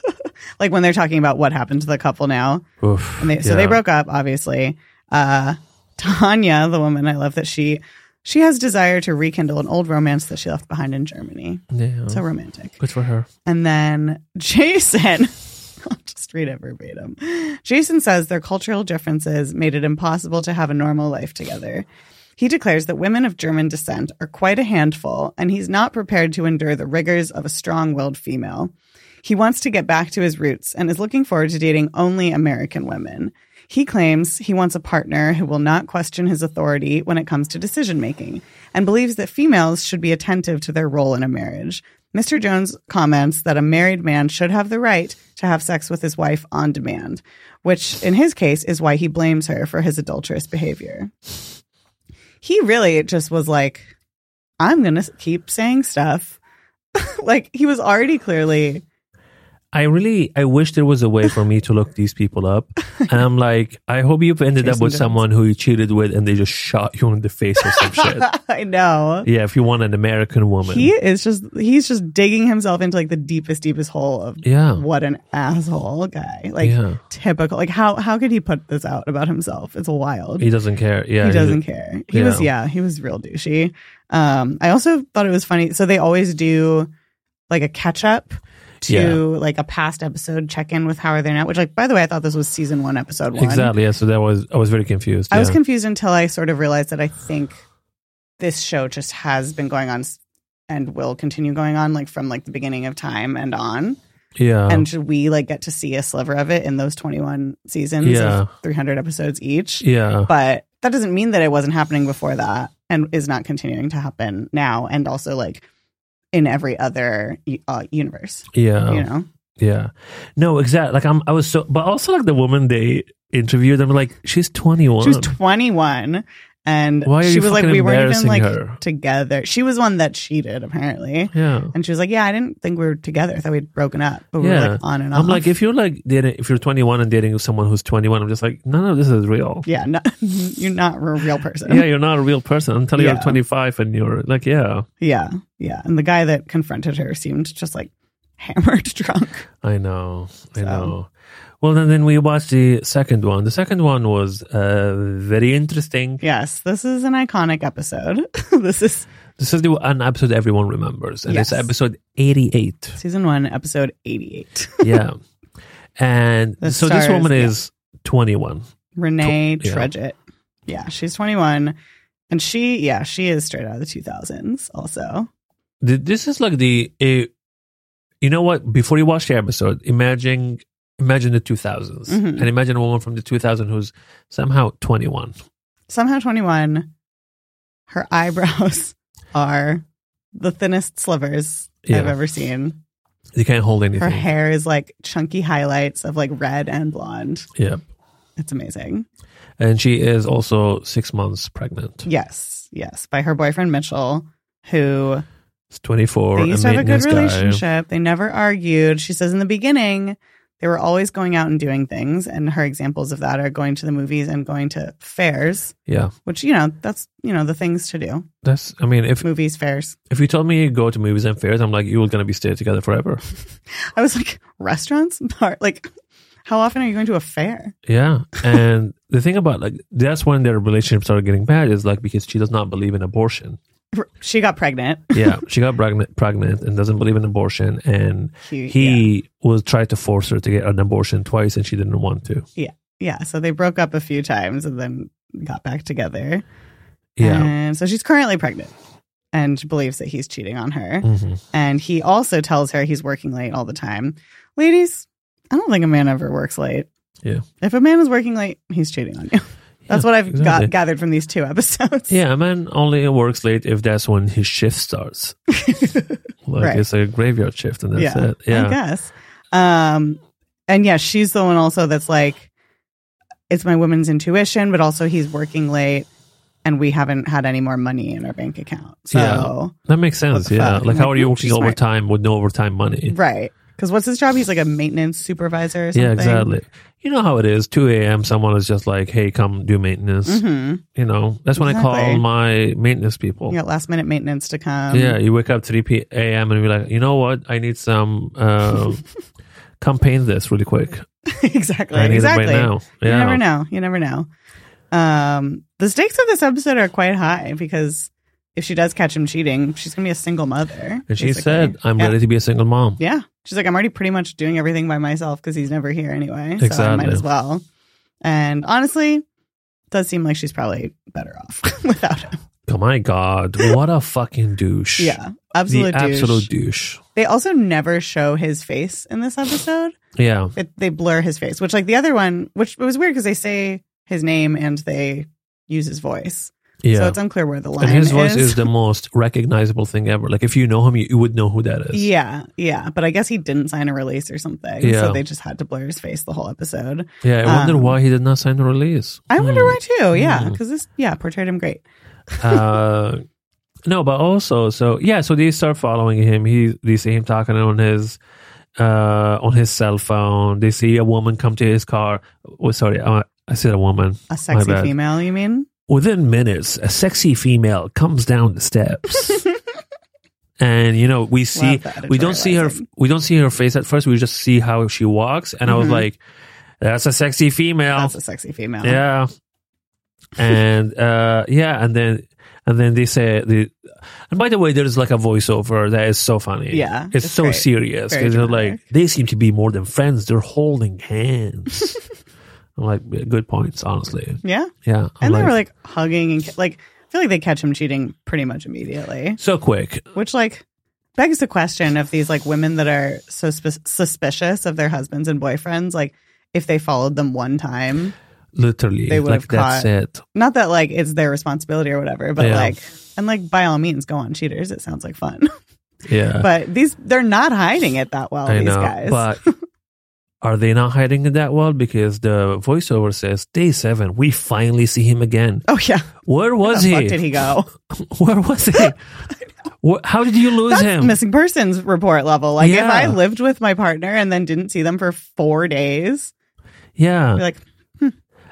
Speaker 2: like, when they're talking about what happened to the couple now.
Speaker 1: Oof,
Speaker 2: And they, so they
Speaker 1: yeah.
Speaker 2: broke up, obviously. Uh, Tanya, the woman, I love that she she has desire to rekindle an old romance that she left behind in Germany.
Speaker 1: Yeah.
Speaker 2: So romantic.
Speaker 1: Good for her.
Speaker 2: And then Jason, I'll just read it verbatim. Jason says their cultural differences made it impossible to have a normal life together. He declares that women of German descent are quite a handful, and he's not prepared to endure the rigors of a strong willed female. He wants to get back to his roots and is looking forward to dating only American women. He claims he wants a partner who will not question his authority when it comes to decision making and believes that females should be attentive to their role in a marriage. Mr. Jones comments that a married man should have the right to have sex with his wife on demand, which in his case is why he blames her for his adulterous behavior. He really just was like, I'm going to keep saying stuff. like, he was already clearly
Speaker 1: I really, I wish there was a way for me to look these people up. And I'm like, I hope you've ended up
Speaker 2: Jason
Speaker 1: with
Speaker 2: Jones.
Speaker 1: someone who you cheated with and they just shot you in the face or some shit.
Speaker 2: I know.
Speaker 1: Yeah, if you want an American woman.
Speaker 2: He is just he's just digging himself into like the deepest, deepest hole of
Speaker 1: yeah.
Speaker 2: what an asshole guy. Like
Speaker 1: Yeah.
Speaker 2: typical. Like how how could he put this out about himself? It's wild.
Speaker 1: He doesn't care. Yeah.
Speaker 2: he
Speaker 1: he's-
Speaker 2: doesn't care. He was yeah, he was real douchey. Um I also thought it was funny. So they always do like a catch up to
Speaker 1: Yeah.
Speaker 2: like a past episode check in with how are they now, which like by the way, I thought this was season one, episode one.
Speaker 1: Exactly. Yeah. So that was, I was very confused.
Speaker 2: I was
Speaker 1: yeah.
Speaker 2: confused until I sort of realized that I think this show just has been going on s- and will continue going on like from like the beginning of time and on.
Speaker 1: Yeah.
Speaker 2: and should we like get to see a sliver of it in those 21 seasons
Speaker 1: Yeah.
Speaker 2: of 300 episodes each
Speaker 1: yeah.
Speaker 2: but that doesn't mean that it wasn't happening before that and is not continuing to happen now and also like in every other uh, universe
Speaker 1: Yeah.
Speaker 2: you know
Speaker 1: Yeah. No, exactly. Like I'm I was so but also like the woman they interviewed, I'm like, she's twenty one.
Speaker 2: she was 21 and
Speaker 1: Why are
Speaker 2: she
Speaker 1: you
Speaker 2: was like
Speaker 1: fucking
Speaker 2: we weren't even
Speaker 1: embarrassing
Speaker 2: like
Speaker 1: her?
Speaker 2: together she was one that cheated apparently
Speaker 1: yeah.
Speaker 2: and she was like yeah i didn't think we were together i thought we'd broken up but we were
Speaker 1: Yeah.
Speaker 2: like on and off
Speaker 1: I'm like, if you're like dating, if you're 21 and dating someone who's 21, I'm just like, none of this is real.
Speaker 2: yeah no, you're not a real person
Speaker 1: Yeah, you're not a real person until you're
Speaker 2: Yeah.
Speaker 1: 25 and you're like, yeah,
Speaker 2: Yeah, yeah. And the guy that confronted her seemed just like hammered drunk.
Speaker 1: I know, I
Speaker 2: So.
Speaker 1: know. Well, then then we watched the second one. The second one was uh, very interesting.
Speaker 2: Yes, this is an iconic episode. this is
Speaker 1: This is the an episode everyone remembers, and it's
Speaker 2: Yes.
Speaker 1: episode 88.
Speaker 2: season one, episode 88.
Speaker 1: yeah, and
Speaker 2: The
Speaker 1: so
Speaker 2: stars,
Speaker 1: this woman
Speaker 2: yeah.
Speaker 1: is 21.
Speaker 2: Renee
Speaker 1: yeah.
Speaker 2: Tredget. Yeah, she's 21. And she, yeah, she is straight out of the 2000s also.
Speaker 1: Th- This is like the, uh, you know what? Before you watch the episode, imagine imagine the 2000s,
Speaker 2: Mhm.
Speaker 1: and imagine a woman from the 2000 who's somehow 21.
Speaker 2: Somehow 21. Her eyebrows are the thinnest slivers I've
Speaker 1: Yeah.
Speaker 2: ever seen.
Speaker 1: You can't hold anything.
Speaker 2: Her hair is like chunky highlights of like red and blonde.
Speaker 1: Yeah,
Speaker 2: It's amazing.
Speaker 1: and she is also six months pregnant.
Speaker 2: Yes, yes, by her boyfriend Mitchell, who
Speaker 1: It's 24.
Speaker 2: they used to have a good
Speaker 1: maintenance guy.
Speaker 2: relationship. They never argued. She says in the beginning, they were always going out and doing things, and her examples of that are going to the movies and going to fairs,
Speaker 1: Yeah,
Speaker 2: which you know that's you know the things to do:
Speaker 1: that's. I mean, if
Speaker 2: movies, fairs.
Speaker 1: if you told me you go to movies and fairs, I'm like, you're gonna be stay together forever.
Speaker 2: I was like, restaurants, bar, like. How often are you going to a fair?
Speaker 1: Yeah, and the thing about like that's when their relationships are getting bad is like because she does not believe in abortion.
Speaker 2: She got pregnant.
Speaker 1: Yeah, she got pregnant, pregnant and doesn't believe in abortion, and
Speaker 2: He, yeah.
Speaker 1: he was tried to force her to get an abortion twice, and she didn't want to.
Speaker 2: yeah, so they broke up a few times and then got back together.
Speaker 1: Yeah,
Speaker 2: And so she's currently pregnant and believes that he's cheating on her.
Speaker 1: hmm
Speaker 2: And he also tells her he's working late all the time. Ladies, I don't think a man ever works late.
Speaker 1: Yeah.
Speaker 2: If a man is working late, he's cheating on you. That's what I've
Speaker 1: exactly.
Speaker 2: got gathered from these two episodes.
Speaker 1: yeah. A man only works late if that's when his shift starts. Like
Speaker 2: Right.
Speaker 1: it's a graveyard shift, and that's
Speaker 2: Yeah,
Speaker 1: it. Yeah,
Speaker 2: I guess. Um, and yeah, she's the one also that's like, it's my woman's intuition, but also he's working late and we haven't had any more money in our bank account. So.
Speaker 1: Yeah. That makes sense.
Speaker 2: the
Speaker 1: Yeah.
Speaker 2: fuck?
Speaker 1: Like,
Speaker 2: I'm
Speaker 1: how
Speaker 2: like,
Speaker 1: are you
Speaker 2: "Ooh,
Speaker 1: working
Speaker 2: she's smart."
Speaker 1: overtime with no overtime money?
Speaker 2: Right. Because what's his job? He's like a maintenance supervisor or something.
Speaker 1: Yeah, exactly. You know how it is. 2 a.m., someone is just like, hey, come do maintenance.
Speaker 2: hmm
Speaker 1: You know, that's when I
Speaker 2: Exactly.
Speaker 1: call my maintenance people.
Speaker 2: You got last minute maintenance to come.
Speaker 1: yeah. You wake up 3 p- a.m. and be like, you know what? I need some, uh, come paint this really quick.
Speaker 2: exactly.
Speaker 1: I need
Speaker 2: exactly.
Speaker 1: it right now.
Speaker 2: You
Speaker 1: Yeah.
Speaker 2: never know. You never know. Um, the stakes of this episode are quite high because if she does catch him cheating, she's going to be a single mother.
Speaker 1: And she
Speaker 2: basically.
Speaker 1: said, I'm
Speaker 2: yeah.
Speaker 1: ready to be a single mom.
Speaker 2: Yeah. She's like, I'm already pretty much doing everything by myself because he's never here anyway. So I might
Speaker 1: Exactly.
Speaker 2: as well. And honestly, it does seem like she's probably better off without him.
Speaker 1: Oh my God. What a fucking douche.
Speaker 2: Yeah.
Speaker 1: The
Speaker 2: Absolute douche.
Speaker 1: absolute douche.
Speaker 2: They also never show his face in this episode.
Speaker 1: Yeah.
Speaker 2: It, they blur his face, which like the other one, which it was weird because they say his name and they use his voice.
Speaker 1: Yeah.
Speaker 2: So it's unclear where the line
Speaker 1: and his voice is.
Speaker 2: is.
Speaker 1: the most recognizable thing ever. Like if you know him, you, you would know who that is.
Speaker 2: yeah, yeah. But I guess he didn't sign a release or something.
Speaker 1: Yeah.
Speaker 2: So they just had to blur his face the whole episode.
Speaker 1: Yeah, I wonder
Speaker 2: Um,
Speaker 1: why he did not sign the release.
Speaker 2: I wonder
Speaker 1: Hmm.
Speaker 2: why too. Yeah.
Speaker 1: Hmm.
Speaker 2: Because this, yeah, portrayed him great.
Speaker 1: uh, no, but also, so yeah, so they start following him. He they see him talking on his uh on his cell phone. They see a woman come to his car. Oh, sorry, I, I said a woman.
Speaker 2: A sexy
Speaker 1: bad.
Speaker 2: female, you mean?
Speaker 1: Within minutes, a sexy female comes down the steps. And you know we see
Speaker 2: Love that
Speaker 1: we don't see her
Speaker 2: editorializing.
Speaker 1: we don't see her face at first we just see how she walks and I was
Speaker 2: Mhm.
Speaker 1: like that's a sexy female
Speaker 2: That's a sexy female.
Speaker 1: Yeah. And uh yeah, and then and then they say the and by the way, there's like a voiceover that is so funny.
Speaker 2: Yeah,
Speaker 1: It's,
Speaker 2: it's
Speaker 1: so
Speaker 2: great.
Speaker 1: serious.
Speaker 2: Very
Speaker 1: Because they're
Speaker 2: dramatic.
Speaker 1: like they seem to be more than friends, they're holding hands. I'm like good points, honestly.
Speaker 2: Yeah.
Speaker 1: Yeah. I'm
Speaker 2: And they were like hugging and ca- like, I feel like they catch him cheating pretty much immediately,
Speaker 1: so quick.
Speaker 2: which like begs the question if these like women that are so sp- suspicious of their husbands and boyfriends, like if they followed them one time,
Speaker 1: Literally,
Speaker 2: They would
Speaker 1: like
Speaker 2: have caught-
Speaker 1: that's it.
Speaker 2: not that like it's their responsibility or whatever, but
Speaker 1: Yeah.
Speaker 2: like, and like by all means, go on cheaters. It sounds like fun,
Speaker 1: Yeah,
Speaker 2: but these they're not hiding it that well.
Speaker 1: I
Speaker 2: these
Speaker 1: know.
Speaker 2: guys,
Speaker 1: But are they not hiding it that well? Because the voiceover says day seven, we finally see him again.
Speaker 2: oh yeah,
Speaker 1: Where
Speaker 2: Where
Speaker 1: was
Speaker 2: the
Speaker 1: he?
Speaker 2: fuck did he go?
Speaker 1: Where was he? Wh- How did you lose
Speaker 2: That's
Speaker 1: him?
Speaker 2: missing persons report level. Like
Speaker 1: Yeah.
Speaker 2: if I lived with my partner and then didn't see them for four days, I'd
Speaker 1: yeah.
Speaker 2: be like, hmm,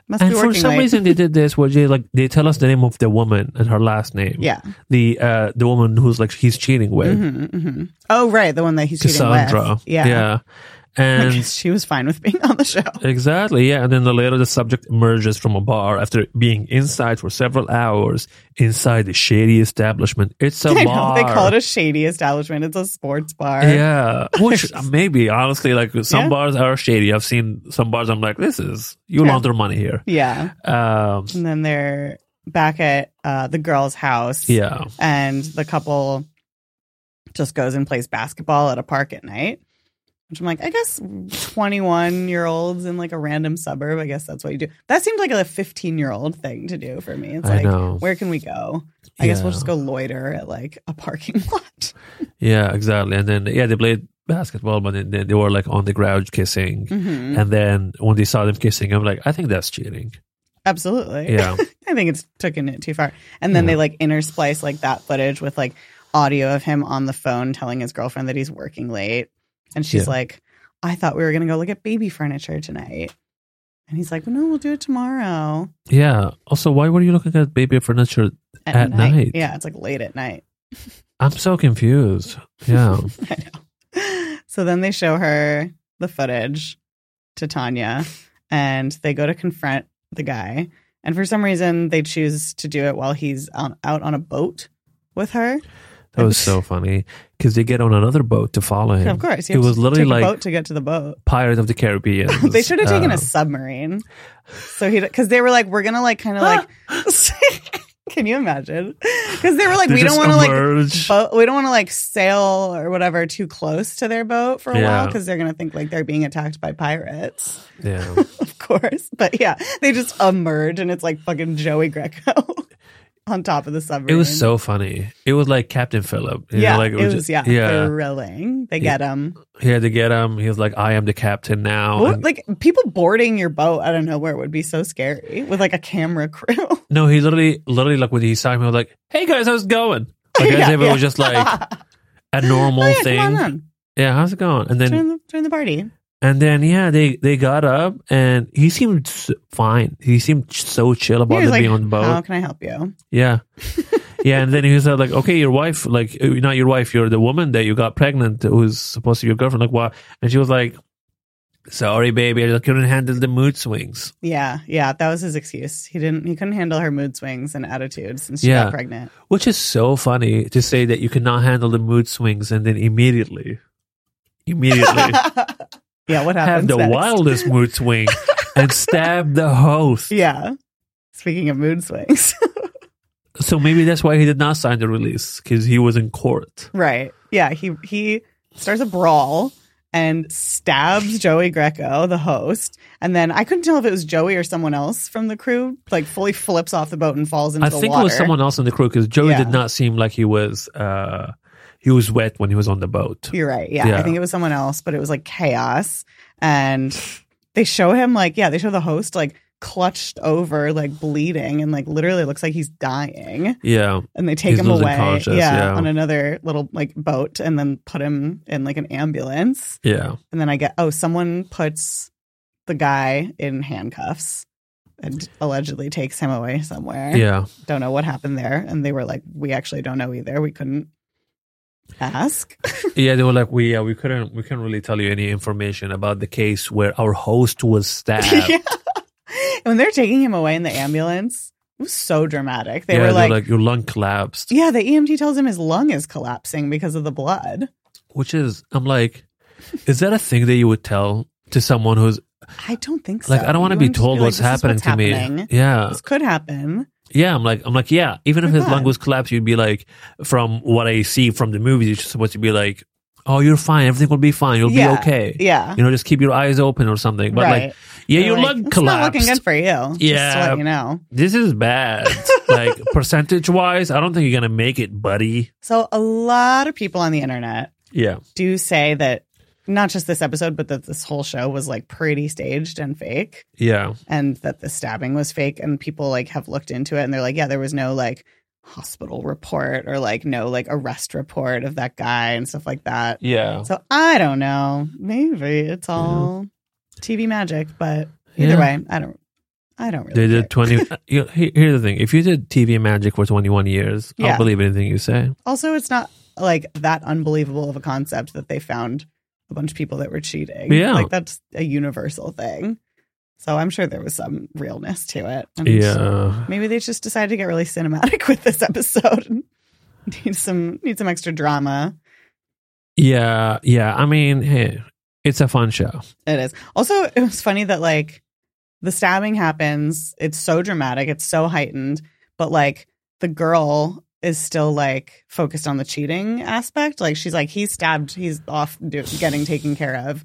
Speaker 2: must
Speaker 1: and
Speaker 2: be
Speaker 1: for
Speaker 2: working
Speaker 1: some
Speaker 2: late.
Speaker 1: reason they did this where they like they tell us the name of the woman and her last name.
Speaker 2: yeah.
Speaker 1: The uh the woman who's like he's cheating with.
Speaker 2: hmm hmm Oh, right, the one that he's cheating
Speaker 1: Cassandra.
Speaker 2: with. Yeah.
Speaker 1: Yeah.
Speaker 2: Like,
Speaker 1: And
Speaker 2: she was fine with being on the show.
Speaker 1: exactly, yeah. And then the later the subject emerges from a bar after being inside for several hours inside the shady establishment. It's a
Speaker 2: I know
Speaker 1: bar.
Speaker 2: they call it a shady establishment. It's a sports bar.
Speaker 1: yeah, which maybe honestly, like some
Speaker 2: Yeah.
Speaker 1: bars are shady. I've seen some bars. I'm like, this is you
Speaker 2: Yeah.
Speaker 1: launder money here.
Speaker 2: Yeah.
Speaker 1: Um,
Speaker 2: And then they're back at uh, the girl's house.
Speaker 1: yeah,
Speaker 2: And the couple just goes and plays basketball at a park at night. Which I'm like, I guess 21 year olds in like a random suburb, I guess that's what you do. That seemed like a 15 year old thing to do for me. It's
Speaker 1: I
Speaker 2: like,
Speaker 1: know.
Speaker 2: where can we go? I guess we'll
Speaker 1: Yeah.
Speaker 2: just go loiter at like a parking lot.
Speaker 1: Yeah, exactly. And then yeah, they played basketball, but then they, they were like on the ground kissing.
Speaker 2: Mhm.
Speaker 1: And then when they saw them kissing, I'm like, I think that's cheating.
Speaker 2: Absolutely.
Speaker 1: Yeah,
Speaker 2: I think it's taken it too far. And then
Speaker 1: Yeah.
Speaker 2: they like intersplice like that footage with like audio of him on the phone telling his girlfriend that he's working late. And she's
Speaker 1: Yeah.
Speaker 2: like, I thought we were going to go look at baby furniture tonight. And he's like, No, we'll do it tomorrow
Speaker 1: yeah. Also, why were you looking at baby furniture?
Speaker 2: at,
Speaker 1: At
Speaker 2: night.
Speaker 1: night.
Speaker 2: Yeah, it's like late at night.
Speaker 1: I'm so confused. Yeah,
Speaker 2: I know. So then they show her the footage to Tanya and they go to confront the guy. And for some reason, they choose to do it while he's on, out on a boat with her.
Speaker 1: that was so funny because they get on another boat to follow him.
Speaker 2: Of course, you
Speaker 1: It
Speaker 2: have
Speaker 1: was
Speaker 2: to
Speaker 1: literally
Speaker 2: take
Speaker 1: like-
Speaker 2: a boat to get to the boat.
Speaker 1: Pirate of the Caribbean.
Speaker 2: They should have taken
Speaker 1: Uh,
Speaker 2: a submarine. So he, because they were like, we're gonna like kind of like. can you imagine? Because they were like,
Speaker 1: they
Speaker 2: we don't
Speaker 1: just
Speaker 2: want to like.
Speaker 1: emerge.
Speaker 2: Boat, we don't want to like sail or whatever too close to their boat for a while while
Speaker 1: Yeah.
Speaker 2: because they're gonna think like they're being attacked by pirates,
Speaker 1: yeah,
Speaker 2: of course. But yeah, they just emerge and it's like fucking Joey Greco on top of the submarine.
Speaker 1: it was so funny. It was like Captain Philip. you know,
Speaker 2: yeah,
Speaker 1: like
Speaker 2: it was,
Speaker 1: just-
Speaker 2: yeah,
Speaker 1: yeah.
Speaker 2: thrilling. They
Speaker 1: Yeah.
Speaker 2: get him.
Speaker 1: He had to get him. He was like, "I am the captain now."
Speaker 2: What,
Speaker 1: Oh, And-
Speaker 2: like people boarding your boat out of nowhere would be so scary with like a camera crew.
Speaker 1: No, he literally, literally, like when he saw him, he was like, "Hey guys, how's it going?" Like as
Speaker 2: Yeah,
Speaker 1: if it
Speaker 2: yeah.
Speaker 1: was just like
Speaker 2: Oh,
Speaker 1: a normal
Speaker 2: yeah,
Speaker 1: thing.
Speaker 2: Come on, on.
Speaker 1: Yeah, how's it going? And then,
Speaker 2: Join, the, join the party.
Speaker 1: and then, yeah, they they got up, and he seemed s- fine. He seemed ch- so chill about
Speaker 2: He was
Speaker 1: them
Speaker 2: like,
Speaker 1: being on the boat.
Speaker 2: How can I help you?
Speaker 1: Yeah, yeah. And then he said, like, "Okay, your wife, like, uh, not your wife, you're the woman that you got pregnant, who's supposed to be your girlfriend." Like, what? And she was like, "Sorry, baby, I couldn't handle the mood swings."
Speaker 2: Yeah, yeah, that was his excuse. He didn't. He couldn't handle her mood swings and attitude since she
Speaker 1: Yeah.
Speaker 2: got pregnant.
Speaker 1: Which is so funny to say that you cannot handle the mood swings and then immediately, immediately
Speaker 2: yeah, what happens?
Speaker 1: have the
Speaker 2: next?
Speaker 1: wildest mood swing and stab the host.
Speaker 2: Yeah. Speaking of mood swings,
Speaker 1: So maybe that's why he did not sign the release because he was in court.
Speaker 2: right? Yeah, he he starts a brawl and stabs Joey Greco, the host, and then I couldn't tell if it was Joey or someone else from the crew. Like, fully flips off the boat and falls into
Speaker 1: I
Speaker 2: the
Speaker 1: think
Speaker 2: water.
Speaker 1: it was someone else in the crew because Joey
Speaker 2: Yeah.
Speaker 1: did not seem like he was. Uh, he was wet when he was on the boat.
Speaker 2: You're right. Yeah,
Speaker 1: Yeah.
Speaker 2: I think it was someone else, but it was like chaos. And they show him like, yeah, they show the host like clutched over, like bleeding, and like literally looks like he's dying.
Speaker 1: Yeah,
Speaker 2: And they take
Speaker 1: He's
Speaker 2: him
Speaker 1: losing
Speaker 2: away,
Speaker 1: conscious, yeah.
Speaker 2: on another little like boat, and then put him in like an ambulance.
Speaker 1: yeah.
Speaker 2: And then I get oh, someone puts the guy in handcuffs. And allegedly takes him away somewhere.
Speaker 1: Yeah.
Speaker 2: Don't know what happened there. And they were like, we actually don't know either. We couldn't ask.
Speaker 1: Yeah, they were like, "We yeah, we couldn't we couldn't really tell you any information about the case where our host was stabbed."
Speaker 2: yeah. When they're taking him away in the ambulance, it was so dramatic. They
Speaker 1: Yeah,
Speaker 2: were
Speaker 1: they're
Speaker 2: like,
Speaker 1: like, "Your lung collapsed,"
Speaker 2: yeah, the EMT tells him his lung is collapsing because of the blood.
Speaker 1: which is I'm like, is that a thing that you would tell to someone who's
Speaker 2: I don't think so.
Speaker 1: like, "I don't want to
Speaker 2: You
Speaker 1: be
Speaker 2: wouldn't just
Speaker 1: told
Speaker 2: like,
Speaker 1: what's
Speaker 2: this is
Speaker 1: happening to me."
Speaker 2: happening.
Speaker 1: Yeah,
Speaker 2: This could happen.
Speaker 1: Yeah, I'm like, I'm like, yeah. Even if
Speaker 2: You're
Speaker 1: his lung
Speaker 2: fine.
Speaker 1: was collapsed, you'd be like, from what I see from the movies, you're just supposed to be like, oh, you're fine. Everything will be fine. You'll
Speaker 2: yeah.
Speaker 1: be okay.
Speaker 2: Yeah.
Speaker 1: You know, just keep your eyes open or something. But
Speaker 2: right.
Speaker 1: like, yeah, your
Speaker 2: You're like,
Speaker 1: lung
Speaker 2: "It's not looking
Speaker 1: collapsed.
Speaker 2: good for you. Yeah. Just to
Speaker 1: Yeah.
Speaker 2: let you know.
Speaker 1: This is bad. like percentage wise, I don't think you're gonna make it, buddy.
Speaker 2: So a lot of people on the internet
Speaker 1: Yeah.
Speaker 2: do say that not just this episode, but that this whole show was like pretty staged and fake.
Speaker 1: Yeah.
Speaker 2: and that the stabbing was fake and people like have looked into it and they're like yeah there was no like hospital report or like no like arrest report of that guy and stuff like that
Speaker 1: Yeah.
Speaker 2: so i don't know maybe it's all tv magic but either
Speaker 1: Yeah.
Speaker 2: way i don't i don't really
Speaker 1: They
Speaker 2: care.
Speaker 1: did 20. you know, here- here's the thing if you did TV magic for 21 years,
Speaker 2: Yeah.
Speaker 1: I'll believe anything you say.
Speaker 2: also it's not like that unbelievable of a concept that they found a bunch of people that were cheating
Speaker 1: Yeah.
Speaker 2: like that's a universal thing so i'm sure there was some realness to it And
Speaker 1: Yeah.
Speaker 2: Maybe they just decided to get really cinematic with this episode. need some need some extra drama.
Speaker 1: Yeah. Yeah. I mean, hey, it's a fun show.
Speaker 2: It is. Also, it was funny that like the stabbing happens. It's so dramatic. It's so heightened. But like the girl is still like focused on the cheating aspect. Like she's like he's stabbed. He's off do- getting taken care of.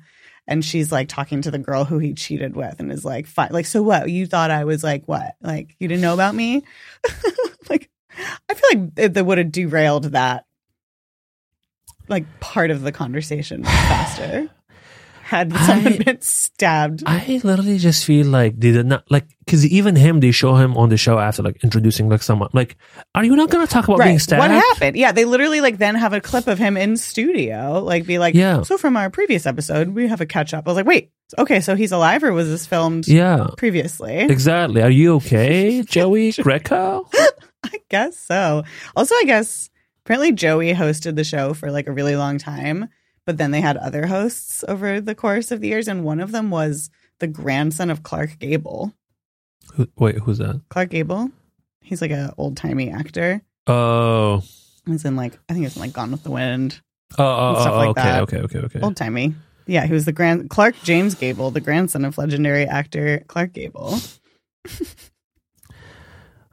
Speaker 2: And she's like talking to the girl who he cheated with, and is like, "Fine, like, so what? You thought I was like, what? Like, you didn't know about me? like, I feel like it, that would have derailed that, like, part of the conversation faster." had someone
Speaker 1: I-
Speaker 2: been stabbed.
Speaker 1: I literally just feel like they did not, like, because even him, they show him on the show after, like, introducing, like, someone. Like, are you not going to talk about being stabbed?
Speaker 2: What happened? Yeah, they literally like then have a clip of him in studio, like be like,
Speaker 1: Yeah.
Speaker 2: So from our previous episode, we have a catch up. I was like, wait, okay, so he's alive, or was this filmed
Speaker 1: Yeah.
Speaker 2: previously?
Speaker 1: Exactly. Are you okay, Joey Greco?
Speaker 2: I guess so. Also, I guess apparently Joey hosted the show for like a really long time, but then they had other hosts over the course of the years, and one of them was the grandson of Clark Gable.
Speaker 1: Who, wait, who's that?
Speaker 2: Clark Gable, he's like an old timey actor.
Speaker 1: Oh.
Speaker 2: He's in like I think it's in like Gone with the Wind.
Speaker 1: Oh, oh,
Speaker 2: Stuff
Speaker 1: oh,
Speaker 2: like
Speaker 1: okay,
Speaker 2: that.
Speaker 1: okay, okay, okay.
Speaker 2: old timey. Yeah, he was the grand Clark James Gable, the grandson of legendary actor Clark Gable.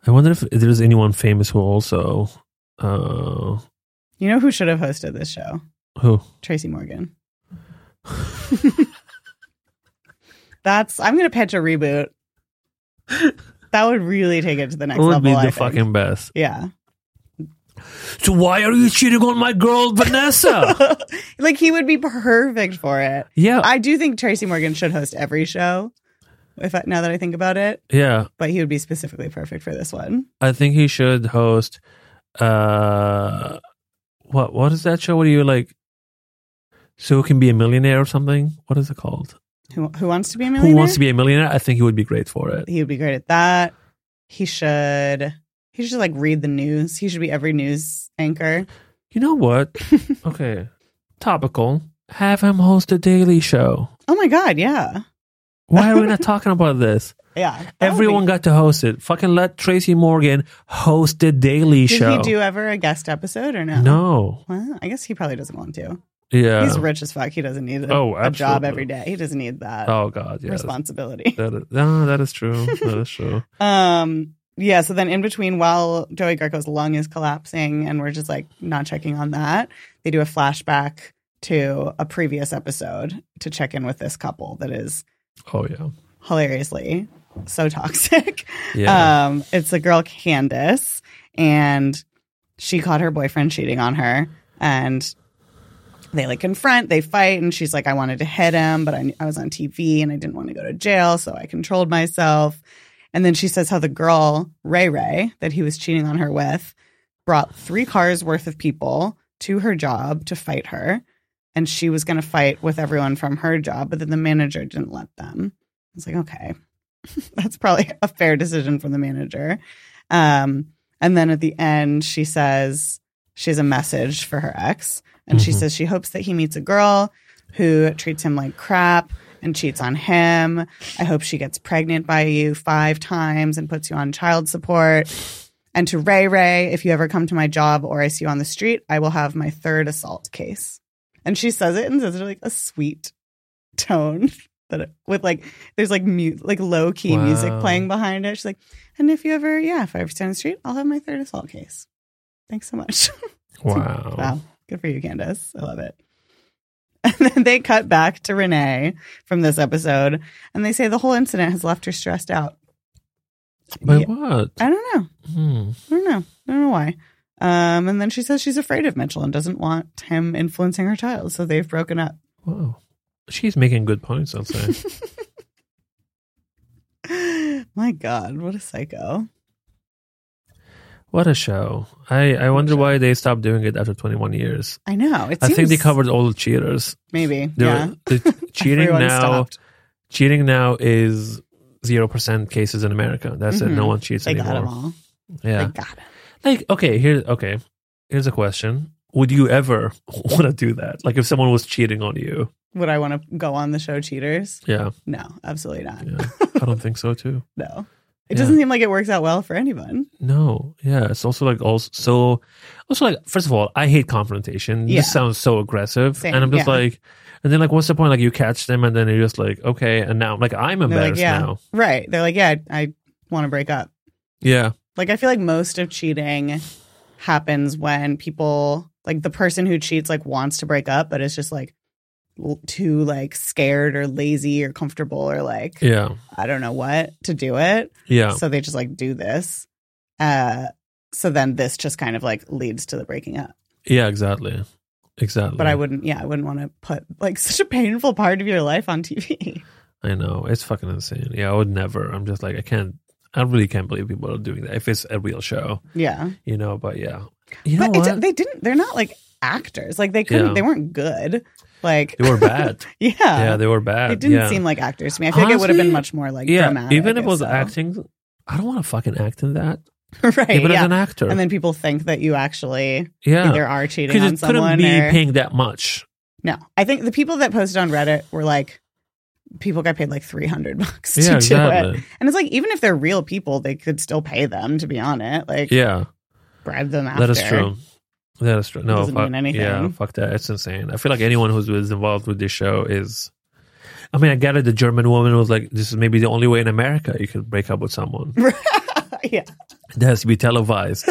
Speaker 1: I wonder if there's anyone famous who also, uh,
Speaker 2: You know who should have hosted this show?
Speaker 1: who?
Speaker 2: Tracy Morgan. That's I'm gonna pitch a reboot. That would really take it to the next
Speaker 1: It would
Speaker 2: level.
Speaker 1: be
Speaker 2: I
Speaker 1: the
Speaker 2: think.
Speaker 1: fucking best.
Speaker 2: yeah.
Speaker 1: So why are you cheating on my girl, Vanessa?
Speaker 2: like he would be perfect for it.
Speaker 1: yeah,
Speaker 2: I do think Tracy Morgan should host every show. If I, now that I think about it,
Speaker 1: yeah.
Speaker 2: but he would be specifically perfect for this one.
Speaker 1: I think he should host. Uh, what what is that show? What are you like? So who can be a millionaire or something? What is it called?
Speaker 2: Who who wants to be a millionaire?
Speaker 1: Who wants to be a millionaire? I think he would be great for it.
Speaker 2: he would be great at that. He should he should like read the news. He should be every news anchor.
Speaker 1: You know what? okay, topical. Have him host a Daily Show.
Speaker 2: Oh my god, yeah.
Speaker 1: Why are we not talking about this?
Speaker 2: Yeah. that would be-
Speaker 1: Everyone got to host it. Fucking let Tracy Morgan host the Daily
Speaker 2: did
Speaker 1: Show.
Speaker 2: he do ever a guest episode or no?
Speaker 1: no.
Speaker 2: Well, I guess he probably doesn't want to.
Speaker 1: Yeah.
Speaker 2: He's rich as fuck. He doesn't need a,
Speaker 1: Oh,
Speaker 2: a job
Speaker 1: absolutely.
Speaker 2: every day. He doesn't need that
Speaker 1: oh God. Yeah.
Speaker 2: responsibility.
Speaker 1: That is, no, that is true. That is true.
Speaker 2: Um yeah, so then in between while Joey Greco's lung is collapsing and we're just like not checking on that, they do a flashback to a previous episode to check in with this couple that is
Speaker 1: Oh yeah.
Speaker 2: Uh, hilariously so toxic.
Speaker 1: Yeah.
Speaker 2: Um, it's the girl Candace, and she caught her boyfriend cheating on her, and they like confront, they fight, and she's like, "I wanted to hit him, but I, I was on TV and I didn't want to go to jail, so I controlled myself." And then she says how the girl Ray Ray that he was cheating on her with brought three cars worth of people to her job to fight her. And she was going to fight with everyone from her job, but then the manager didn't let them. I was like, okay, that's probably a fair decision from the manager. Um, and then at the end, she says she has a message for her ex. And she
Speaker 1: Mhm.
Speaker 2: says she hopes that he meets a girl who treats him like crap and cheats on him. I hope she gets pregnant by you five times and puts you on child support. And to Ray Ray, if you ever come to my job or I see you on the street, I will have my third assault case. And she says it and says it in, like a sweet tone. that it, with like there's like mu- like low key music
Speaker 1: Wow.
Speaker 2: playing behind it. She's like, and if you ever, yeah, if I ever stand on the street, I'll have my third assault case. Thanks so much.
Speaker 1: Wow.
Speaker 2: Wow. Good for you, Candace. I love it. And then they cut back to Renee from this episode and they say the whole incident has left her stressed out.
Speaker 1: But
Speaker 2: Yeah.
Speaker 1: what?
Speaker 2: I don't know.
Speaker 1: Hmm.
Speaker 2: I don't know. I don't know why. Um, and then she says she's afraid of Mitchell and doesn't want him influencing her child. So they've broken up.
Speaker 1: Wow. She's making good points, I'll say.
Speaker 2: My God, what a psycho.
Speaker 1: what a show. I, I wonder
Speaker 2: show.
Speaker 1: why they stopped doing it after 21 years.
Speaker 2: I know. It
Speaker 1: I think they
Speaker 2: seems-
Speaker 1: covered all the cheaters.
Speaker 2: Maybe.
Speaker 1: They were-
Speaker 2: yeah.
Speaker 1: the cheating
Speaker 2: Everyone
Speaker 1: now
Speaker 2: stopped.
Speaker 1: cheating now is 0% cases in America. That's it. No
Speaker 2: Mhm.
Speaker 1: one cheats
Speaker 2: They got
Speaker 1: anymore.
Speaker 2: them all.
Speaker 1: Yeah.
Speaker 2: They got them.
Speaker 1: Like, okay, here okay. Here's a question. Would you ever want to do that? Like if someone was cheating on you?
Speaker 2: Would I want to go on the show Cheaters?
Speaker 1: Yeah.
Speaker 2: No, absolutely not.
Speaker 1: Yeah. I don't think so too.
Speaker 2: No. It
Speaker 1: Yeah.
Speaker 2: doesn't seem like it works out well for anyone.
Speaker 1: No, yeah, it's also like also so also like first of all, I hate confrontation.
Speaker 2: Yeah.
Speaker 1: This sounds so aggressive,
Speaker 2: Same,
Speaker 1: and I'm just
Speaker 2: yeah.
Speaker 1: like, and then like, what's the point? Like you catch them, and then you're just like, okay, and now like I'm
Speaker 2: They're like,
Speaker 1: embarrassed
Speaker 2: yeah.
Speaker 1: now.
Speaker 2: Right. They're like, yeah, I, I want to break up.
Speaker 1: Yeah,
Speaker 2: Like, I feel like most of cheating happens when people, like, the person who cheats, like, wants to break up, but it's just like l- too, like, scared or lazy or comfortable or like,
Speaker 1: yeah,
Speaker 2: I don't know what to do it.
Speaker 1: yeah,
Speaker 2: So they just, like, do this. Uh, so then this just kind of like leads to the breaking up.
Speaker 1: yeah. Exactly, exactly.
Speaker 2: But I wouldn't, yeah, I wouldn't want to put like such a painful part of your life on TV.
Speaker 1: I know it's fucking insane. Yeah, I would never. I'm just like, I can't. I really can't believe people are doing that if it's a real show,
Speaker 2: Yeah.
Speaker 1: you know. But yeah, you know
Speaker 2: but it's,
Speaker 1: what? They,
Speaker 2: they didn't they're not like actors like they couldn't
Speaker 1: Yeah.
Speaker 2: they weren't good like
Speaker 1: were bad.
Speaker 2: yeah,
Speaker 1: yeah,
Speaker 2: they,
Speaker 1: they were bad.
Speaker 2: didn't
Speaker 1: yeah.
Speaker 2: seem like actors to me i feel like it would have
Speaker 1: Honestly,
Speaker 2: been much more like
Speaker 1: yeah.
Speaker 2: dramatic
Speaker 1: even if it was
Speaker 2: so.
Speaker 1: acting, I don't want to fucking act in that.
Speaker 2: right
Speaker 1: even as
Speaker 2: yeah
Speaker 1: an actor,
Speaker 2: and then people think that you actually
Speaker 1: yeah,
Speaker 2: either are cheating
Speaker 1: because
Speaker 2: on
Speaker 1: it couldn't
Speaker 2: someone
Speaker 1: be
Speaker 2: or
Speaker 1: paying that much.
Speaker 2: no i think the people that posted on reddit were like people got paid like 300 bucks to
Speaker 1: Yeah,
Speaker 2: do it
Speaker 1: exactly.
Speaker 2: and it's like even if they're real people they could still pay them to be on it like
Speaker 1: Yeah,
Speaker 2: bribe them after
Speaker 1: that is true. That is true. No,
Speaker 2: doesn't
Speaker 1: fuck,
Speaker 2: mean anything.
Speaker 1: Yeah, fuck that. It's insane. I feel like anyone who's was involved with this show is. I mean, I get it. The German woman was like, "This is maybe the only way in America you could break up with someone.
Speaker 2: yeah
Speaker 1: It has to be televised."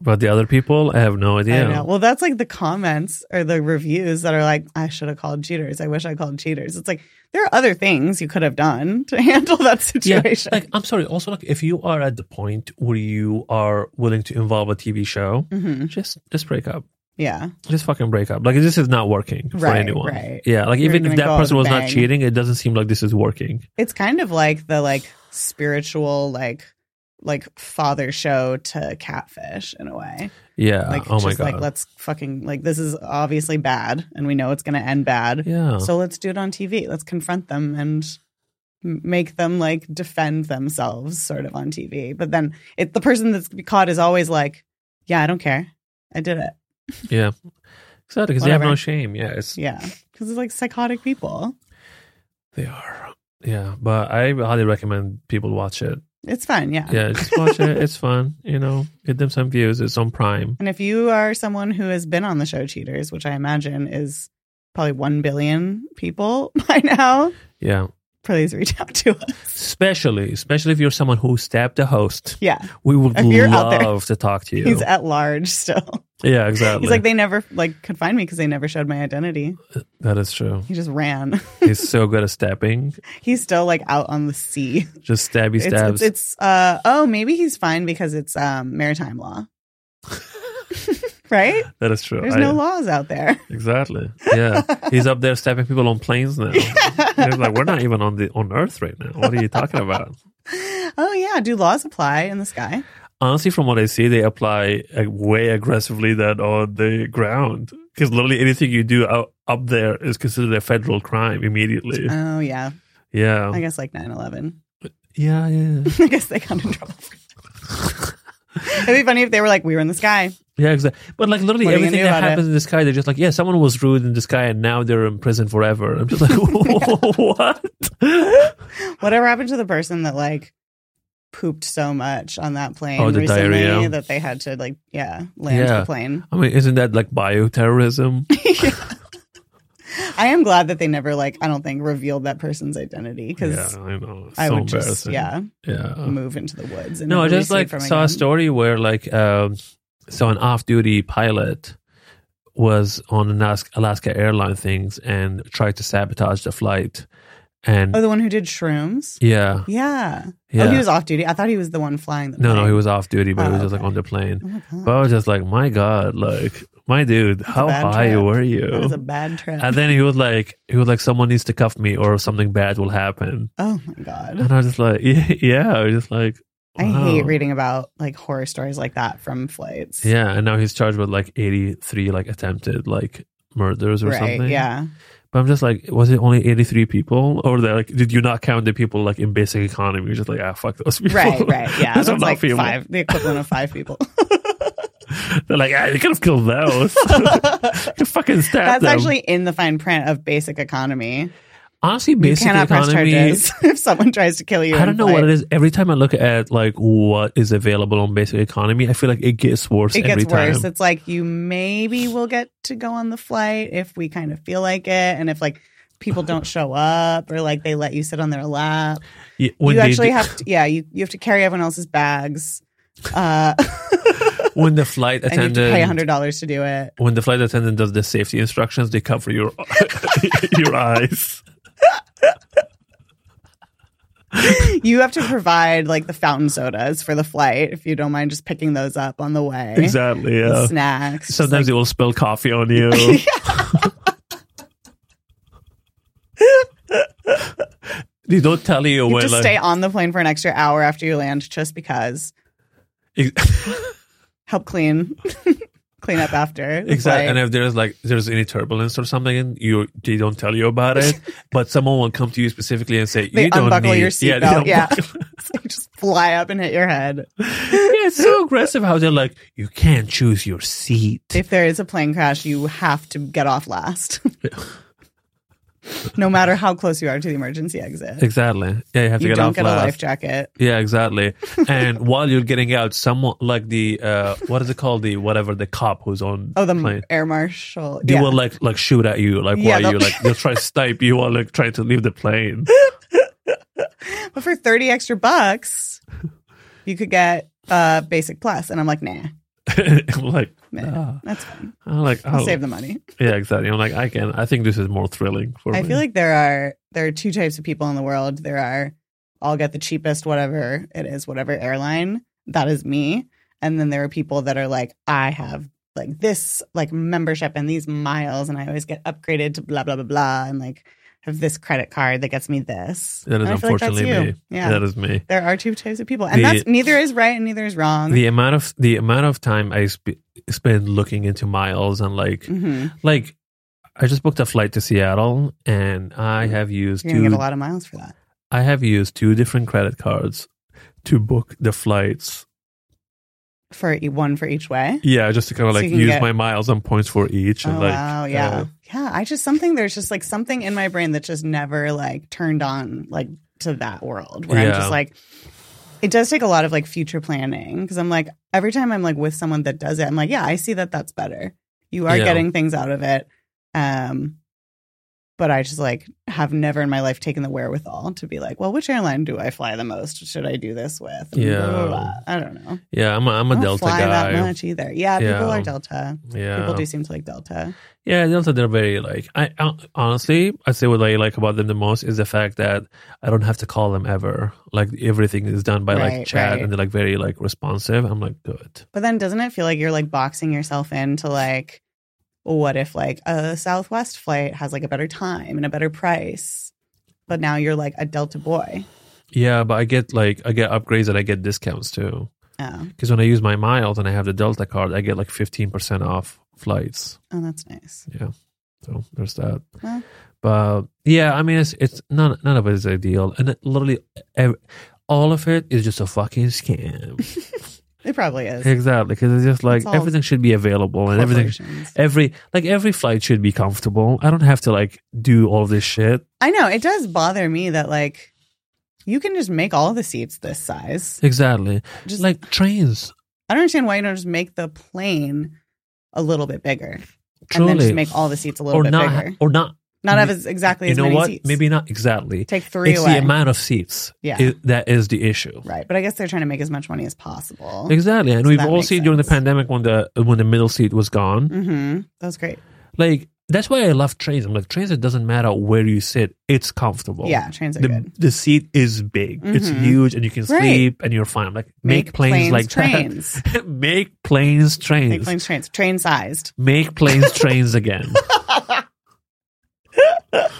Speaker 1: but the other people, I have no
Speaker 2: I know.
Speaker 1: idea.
Speaker 2: Well, that's like the comments or the reviews that are like, I should have called cheaters. I wish I called cheaters. It's like there are other things you could have done to handle that
Speaker 1: Yeah,
Speaker 2: situation.
Speaker 1: like I'm sorry. Also, like if you are at the point where you are willing to involve a TV show,
Speaker 2: Mhm.
Speaker 1: just just break up.
Speaker 2: Yeah.
Speaker 1: just fucking break up. Like this is not working for
Speaker 2: Right,
Speaker 1: anyone.
Speaker 2: right.
Speaker 1: Yeah, like
Speaker 2: You're
Speaker 1: even if
Speaker 2: gonna
Speaker 1: that
Speaker 2: go out
Speaker 1: person
Speaker 2: with
Speaker 1: was
Speaker 2: a
Speaker 1: not
Speaker 2: bang.
Speaker 1: cheating, it doesn't seem like this is working.
Speaker 2: It's kind of like the like spiritual, like, like father show to catfish in a way.
Speaker 1: Yeah.
Speaker 2: Like,
Speaker 1: oh my
Speaker 2: just
Speaker 1: god.
Speaker 2: like, let's fucking, like, this is obviously bad and we know it's going to end bad.
Speaker 1: yeah.
Speaker 2: So let's do it on TV. Let's confront them and m- make them like defend themselves sort of on TV. But then it the person that's caught is always like, yeah, I don't care. I did it.
Speaker 1: yeah. Exactly, because they have
Speaker 2: Whatever.
Speaker 1: no shame. Yeah, it's
Speaker 2: Yeah. Cuz it's like psychotic people.
Speaker 1: they are. Yeah, but I highly recommend people watch it.
Speaker 2: It's fun, yeah.
Speaker 1: Yeah, just watch it. It's fun. You know, get them some views. It's on Prime.
Speaker 2: And if you are someone who has been on the show Cheaters, which I imagine is probably 1 billion people by now,
Speaker 1: Yeah,
Speaker 2: please reach out to us.
Speaker 1: especially especially if you're someone who stabbed the host,
Speaker 2: Yeah.
Speaker 1: we would
Speaker 2: If you're out there.
Speaker 1: love to talk to you.
Speaker 2: He's at large still.
Speaker 1: yeah, exactly.
Speaker 2: He's like they never like could find me cuz they never showed my identity.
Speaker 1: that is true.
Speaker 2: He just ran.
Speaker 1: He's so good at stabbing.
Speaker 2: He's still like out on the sea.
Speaker 1: Just stabby
Speaker 2: It's,
Speaker 1: stabs.
Speaker 2: it's, it's uh oh, maybe he's fine because it's um maritime law. right?
Speaker 1: that is true.
Speaker 2: There's
Speaker 1: I-
Speaker 2: no laws out there.
Speaker 1: Exactly. Yeah, he's up there stabbing people on planes now. He's like, we're not even on the on Earth right now. What are you talking about?
Speaker 2: oh yeah, do laws apply in the sky?
Speaker 1: Honestly, from what I see, they apply uh, way aggressively than on the ground because literally anything you do out, up there is considered a federal crime immediately.
Speaker 2: Oh yeah. I
Speaker 1: Yeah,
Speaker 2: guess like 9/11.
Speaker 1: yeah, yeah,
Speaker 2: I guess they got in trouble. It'd be funny if they were like we were in the sky.
Speaker 1: yeah. Exactly. But like literally
Speaker 2: What are you
Speaker 1: everything
Speaker 2: gonna do
Speaker 1: that
Speaker 2: about
Speaker 1: happens in the sky, they're just like, yeah, someone was rude in the sky, and now they're in prison forever. I'm just like, what?
Speaker 2: Whatever happened to the person that like pooped so much on that plane
Speaker 1: Oh, the
Speaker 2: recently
Speaker 1: diarrhea.
Speaker 2: that they had to like yeah, land
Speaker 1: Yeah.
Speaker 2: the plane.
Speaker 1: I mean, isn't that like bioterrorism?
Speaker 2: I am glad that they never like I don't think revealed that person's identity because
Speaker 1: yeah, I know. It's
Speaker 2: I
Speaker 1: so
Speaker 2: would just
Speaker 1: embarrassing.
Speaker 2: yeah
Speaker 1: yeah.
Speaker 2: move into the woods. And
Speaker 1: No, I
Speaker 2: never
Speaker 1: just
Speaker 2: see it
Speaker 1: like
Speaker 2: from
Speaker 1: saw a
Speaker 2: again.
Speaker 1: story where like um, so an off-duty pilot was on an Alas- Alaska airline things and tried to sabotage the flight, and
Speaker 2: Oh, the one who did shrooms.
Speaker 1: yeah,
Speaker 2: Yeah.
Speaker 1: yeah,
Speaker 2: Oh, he was off duty. I thought he was the one flying the.
Speaker 1: no, no,
Speaker 2: plane.
Speaker 1: he was off-duty, but he
Speaker 2: Oh,
Speaker 1: was just like
Speaker 2: okay.
Speaker 1: on the plane.
Speaker 2: Oh my god.
Speaker 1: But I was just like, my God, like my dude, how
Speaker 2: bad
Speaker 1: high
Speaker 2: trip.
Speaker 1: were
Speaker 2: that was
Speaker 1: you?
Speaker 2: a bad trip.
Speaker 1: And then he was like, he was like, someone needs to cuff me or something bad will happen.
Speaker 2: oh my god.
Speaker 1: And I was just like, yeah, yeah. I was just like,
Speaker 2: I hate
Speaker 1: wow.
Speaker 2: reading about like horror stories like that from flights.
Speaker 1: Yeah, and now he's charged with like eighty three like attempted like murders or
Speaker 2: Right.
Speaker 1: something.
Speaker 2: Yeah.
Speaker 1: But I'm just like, was it only eighty three people? Or they like did you not count the people like in basic economy? You're just like, ah fuck those people.
Speaker 2: Right. Right. Yeah.
Speaker 1: Those
Speaker 2: That's
Speaker 1: are not
Speaker 2: like
Speaker 1: people.
Speaker 2: five, the equivalent of five people.
Speaker 1: They're like, ah, you could have killed those. you fucking stabbed
Speaker 2: That's
Speaker 1: them.
Speaker 2: actually in the fine print of basic economy.
Speaker 1: Honestly,
Speaker 2: You
Speaker 1: basic
Speaker 2: cannot press
Speaker 1: economy.
Speaker 2: charges if someone tries to kill you.
Speaker 1: I don't know what it is. Every time I look at like what is available on basic economy, I feel like it gets worse
Speaker 2: It
Speaker 1: every
Speaker 2: gets worse.
Speaker 1: time.
Speaker 2: It's like you maybe will get to go on the flight if we kind of feel like it, and if like people don't show up or like they let you sit on their lap.
Speaker 1: Yeah, when
Speaker 2: you
Speaker 1: they
Speaker 2: actually
Speaker 1: do-
Speaker 2: have to, yeah, you, you have to carry everyone else's bags. Uh,
Speaker 1: when the flight
Speaker 2: and you have to
Speaker 1: attendant
Speaker 2: pay hundred dollars to do it.
Speaker 1: when the flight attendant does the safety instructions, they cover your your eyes.
Speaker 2: You have to provide like the fountain sodas for the flight if you don't mind just picking those up on the way.
Speaker 1: Exactly.
Speaker 2: The
Speaker 1: Yeah.
Speaker 2: Snacks. Eh? just,
Speaker 1: Sometimes they will spill coffee on you. they don't tell you,
Speaker 2: You
Speaker 1: when.
Speaker 2: just
Speaker 1: like,
Speaker 2: stay on the plane for an extra hour after you land just because.
Speaker 1: ex-
Speaker 2: Help clean, clean up after. the
Speaker 1: exactly.
Speaker 2: flight.
Speaker 1: And if there's like there's any turbulence or something, you they don't tell you about it. but someone will come to you specifically and say,
Speaker 2: They
Speaker 1: "You don't
Speaker 2: unbuckle
Speaker 1: need."
Speaker 2: your
Speaker 1: they
Speaker 2: seatbelt, yeah.
Speaker 1: unbuckle-
Speaker 2: So you just fly up and hit your head.
Speaker 1: yeah, it's so aggressive how they're like, "You can't choose your seat."
Speaker 2: If there is a plane crash, you have to get off last. no matter how close you are to the emergency exit.
Speaker 1: Exactly. Yeah, you have to
Speaker 2: You
Speaker 1: get
Speaker 2: don't
Speaker 1: off
Speaker 2: get
Speaker 1: last.
Speaker 2: a life jacket.
Speaker 1: Yeah, exactly. And while you're getting out, someone like the uh, what is it called? The whatever the cop who's on
Speaker 2: Oh, the
Speaker 1: plane.
Speaker 2: air marshal.
Speaker 1: They
Speaker 2: yeah.
Speaker 1: will like like shoot at you, like
Speaker 2: Yeah,
Speaker 1: while you
Speaker 2: they'll-
Speaker 1: like they'll try to snipe you while like trying to leave the plane.
Speaker 2: but for 30 extra bucks, you could get uh, Basic Plus. And I'm like, nah,
Speaker 1: I'm like,
Speaker 2: man,
Speaker 1: ah.
Speaker 2: that's fine.
Speaker 1: I'm like,
Speaker 2: I'll
Speaker 1: oh,
Speaker 2: save the money.
Speaker 1: yeah, exactly. I'm like, I can. I think this is more thrilling for
Speaker 2: I
Speaker 1: me.
Speaker 2: feel like there are there are two types of people in the world. There are I'll get the cheapest whatever it is, whatever airline. That is me. And then there are people that are like, I have like this like membership and these miles and I always get upgraded to blah blah blah blah and like have this credit card that gets me this.
Speaker 1: That is
Speaker 2: And I feel like that's
Speaker 1: unfortunately
Speaker 2: you.
Speaker 1: me.
Speaker 2: Yeah.
Speaker 1: that is me.
Speaker 2: there are two types of people. And
Speaker 1: The-
Speaker 2: that's neither is right and neither is wrong.
Speaker 1: The amount of the amount of time I sp- spend looking into miles and like
Speaker 2: hmm
Speaker 1: like. I just booked a flight to Seattle, and I have used
Speaker 2: Mm-hmm. You're gonna
Speaker 1: two
Speaker 2: get a lot of miles for that.
Speaker 1: I have used two different credit cards to book the flights.
Speaker 2: For e- one for each way.
Speaker 1: Yeah, just to kind of
Speaker 2: So
Speaker 1: like
Speaker 2: you can
Speaker 1: use
Speaker 2: get-
Speaker 1: my miles and points for each. And
Speaker 2: oh
Speaker 1: like,
Speaker 2: wow, yeah,
Speaker 1: uh,
Speaker 2: yeah. I just something there's just like something in my brain that just never like turned on like to that world where I'm
Speaker 1: Yeah.
Speaker 2: just like, it does take a lot of like future planning because I'm like every time I'm like with someone that does it, I'm like, yeah, I see that that's better. You are
Speaker 1: Yeah.
Speaker 2: getting things out of it, um, but I just like have never in my life taken the wherewithal to be like, well, which airline do I fly the most? Should I do this with? And
Speaker 1: Yeah.
Speaker 2: I don't know.
Speaker 1: yeah, I'm a, I'm a
Speaker 2: I don't
Speaker 1: Delta
Speaker 2: fly that
Speaker 1: guy.
Speaker 2: much either. Yeah,
Speaker 1: Yeah.
Speaker 2: people are Delta. People
Speaker 1: Yeah,
Speaker 2: do seem to like Delta.
Speaker 1: yeah, Delta. They're very like. I, I honestly, I say what I like about them the most is the fact that I don't have to call them ever. Like everything is done by like
Speaker 2: Right,
Speaker 1: chat,
Speaker 2: right.
Speaker 1: and they're like very like responsive. I'm like good.
Speaker 2: But then doesn't it feel like you're like boxing yourself into like what if like a Southwest flight has like a better time and a better price? But now you're like a Delta boy.
Speaker 1: Yeah, but I get like I get upgrades and I get discounts too.
Speaker 2: Oh,
Speaker 1: Because when I use my miles and I have the Delta card, I get like 15% off flights.
Speaker 2: oh that's nice.
Speaker 1: So there's that.
Speaker 2: Yeah.
Speaker 1: But yeah, I mean, it's it's none none of it is ideal, and it, literally ev all of it is just a fucking scam.
Speaker 2: It probably is.
Speaker 1: exactly, because it's just like
Speaker 2: It's all
Speaker 1: everything should be available and everything.
Speaker 2: Corporations.
Speaker 1: Every like every flight should be comfortable. I don't have to like do all this shit.
Speaker 2: I know it does bother me that like you can just make all the seats this size.
Speaker 1: Exactly,
Speaker 2: Just like
Speaker 1: like trains.
Speaker 2: I don't understand why you don't just make the plane a little bit bigger and then
Speaker 1: Truly,
Speaker 2: just make all the seats a little
Speaker 1: or
Speaker 2: bit
Speaker 1: not
Speaker 2: bigger.
Speaker 1: or not
Speaker 2: Not have as exactly
Speaker 1: you
Speaker 2: as
Speaker 1: know
Speaker 2: many
Speaker 1: what?
Speaker 2: seats.
Speaker 1: Maybe not exactly.
Speaker 2: Take three
Speaker 1: it's
Speaker 2: away.
Speaker 1: the amount of seats.
Speaker 2: Yeah.
Speaker 1: i- that is the issue.
Speaker 2: Right, but I guess they're trying to make as much money as possible.
Speaker 1: Exactly, and
Speaker 2: So
Speaker 1: we've
Speaker 2: that
Speaker 1: all
Speaker 2: makes
Speaker 1: seen during the
Speaker 2: sense.
Speaker 1: pandemic when the when the middle seat was gone.
Speaker 2: Mm-hmm. That was great.
Speaker 1: Like that's why I love trains. I'm like trains. It doesn't matter where you sit; it's comfortable.
Speaker 2: yeah, trains are
Speaker 1: The,
Speaker 2: good.
Speaker 1: the seat is big. It's
Speaker 2: Mhm.
Speaker 1: huge, and you can
Speaker 2: Right.
Speaker 1: sleep, and you're fine. I'm like make, planes, like
Speaker 2: trains.
Speaker 1: that. make planes trains.
Speaker 2: Make planes trains. Train sized.
Speaker 1: Make planes trains again.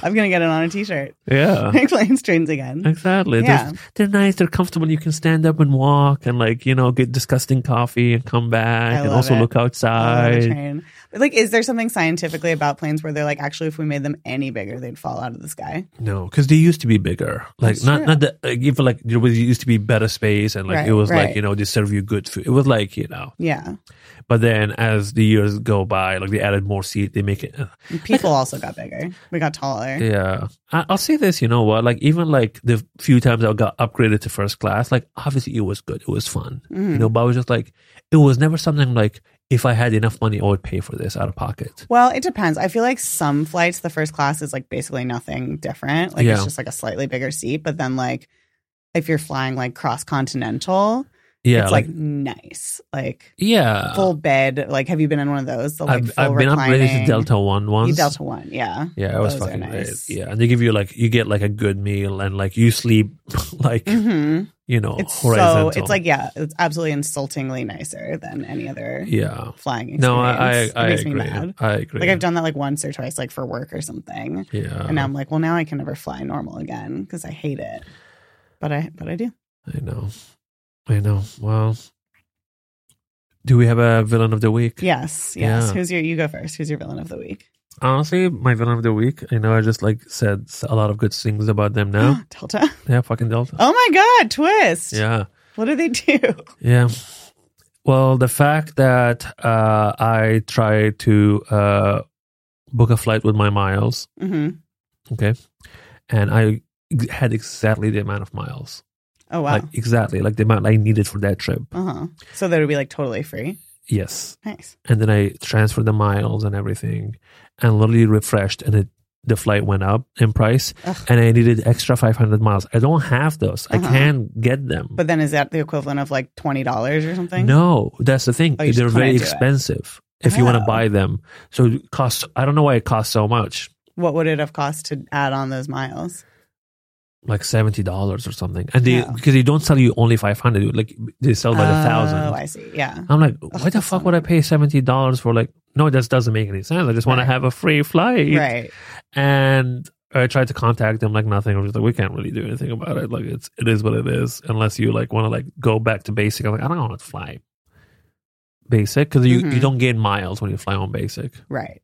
Speaker 2: I'm gonna get it on a T-shirt.
Speaker 1: Yeah.
Speaker 2: Make planes trains again.
Speaker 1: Exactly.
Speaker 2: Yeah.
Speaker 1: They're, they're nice. They're comfortable. You can stand up and walk, and like you know, get disgusting coffee and come back,
Speaker 2: I
Speaker 1: and
Speaker 2: love
Speaker 1: also
Speaker 2: it.
Speaker 1: look
Speaker 2: I love a
Speaker 1: outside.
Speaker 2: train. But, Like, is there something scientifically about planes where they're like, actually, if we made them any bigger, they'd fall out of the sky?
Speaker 1: No, because they used to be bigger. Like
Speaker 2: That's
Speaker 1: not
Speaker 2: true.
Speaker 1: not that like, if like there was used to be better space, and like
Speaker 2: Right,
Speaker 1: it was like
Speaker 2: right.
Speaker 1: you know they serve you good food. It was like you know,
Speaker 2: Yeah,
Speaker 1: but then as the years go by, like they added more seat. They make it.
Speaker 2: And people also got bigger. We got taller.
Speaker 1: Yeah, I, I'll say this. You know what? Like even like the few times I got upgraded to first class, like obviously it was good. It was fun.
Speaker 2: Mhm.
Speaker 1: You know, but I was just like, it was never something like if I had enough money, I would pay for this out of pocket.
Speaker 2: Well, it depends. I feel like some flights, the first class is like basically nothing different. Like
Speaker 1: Yeah.
Speaker 2: it's just like a slightly bigger seat. But then, like, if you're flying like cross continental,
Speaker 1: Yeah,
Speaker 2: it's like, nice. Like
Speaker 1: yeah.
Speaker 2: full bed. Like, have you been in one of those? The like
Speaker 1: I've,
Speaker 2: full
Speaker 1: I've been upgraded to
Speaker 2: reclining-
Speaker 1: Delta One once.
Speaker 2: You Delta One, yeah.
Speaker 1: Yeah, it was
Speaker 2: Those are
Speaker 1: fucking great.
Speaker 2: nice.
Speaker 1: Yeah, and they give you like you get like a good meal and like you sleep like
Speaker 2: hmm
Speaker 1: you know
Speaker 2: It's
Speaker 1: Oh, horizontal.
Speaker 2: so it's like yeah, it's absolutely insultingly nicer than any other
Speaker 1: yeah.
Speaker 2: flying experience.
Speaker 1: No, I I,
Speaker 2: It
Speaker 1: I
Speaker 2: makes
Speaker 1: agree.
Speaker 2: me mad.
Speaker 1: I agree.
Speaker 2: Like I've done that like once or twice, like for work or something.
Speaker 1: yeah,
Speaker 2: and now I'm like, well, now I can never fly normal again because I hate it. But I, but I do.
Speaker 1: I know, I know. Well, do we have a villain of the week?
Speaker 2: Yes, yes.
Speaker 1: Yeah.
Speaker 2: Who's your? You go first. Who's your villain of the week?
Speaker 1: Honestly, my villain of the week. I know I just like said a lot of good things about them now.
Speaker 2: Delta.
Speaker 1: yeah, fucking Delta.
Speaker 2: Oh my God! Twist.
Speaker 1: Yeah,
Speaker 2: What do they do?
Speaker 1: yeah. Well, the fact that uh, I tried to uh, book a flight with my miles
Speaker 2: hmm
Speaker 1: okay and i ex- had exactly the amount of miles
Speaker 2: Oh wow.
Speaker 1: like exactly like the amount i needed for that trip
Speaker 2: uh huh. So that would be like totally free.
Speaker 1: yes
Speaker 2: Nice.
Speaker 1: and then i transferred the miles and everything and literally refreshed and it the flight went up in price
Speaker 2: Ugh.
Speaker 1: and i needed extra 500 miles i don't have those i
Speaker 2: Uh-huh.
Speaker 1: can't get them
Speaker 2: But then is that the equivalent of like twenty dollars or something?
Speaker 1: no that's the thing
Speaker 2: Oh, you
Speaker 1: they're
Speaker 2: just couldn't
Speaker 1: very
Speaker 2: do it.
Speaker 1: expensive if you want to
Speaker 2: Oh.
Speaker 1: buy them so it costs i don't know why it costs so much
Speaker 2: What would it have cost to add on those miles?
Speaker 1: like $70 or something and they
Speaker 2: Yeah.
Speaker 1: because they don't sell you only 500 like they sell by the thousand
Speaker 2: Oh, I see. Yeah.
Speaker 1: I'm like, why the
Speaker 2: that's
Speaker 1: fuck
Speaker 2: not
Speaker 1: would I pay seventy dollars for like? No, that doesn't make any sense. I just want to
Speaker 2: Right.
Speaker 1: have a free flight.
Speaker 2: Right.
Speaker 1: And I tried to contact them, like nothing. I'm just like, we can't really do anything about it. Like it's it is what it is. Unless you like want to like go back to basic. I'm like, I don't want to fly basic because you you
Speaker 2: Mhm.
Speaker 1: don't gain miles when you fly on basic.
Speaker 2: Right.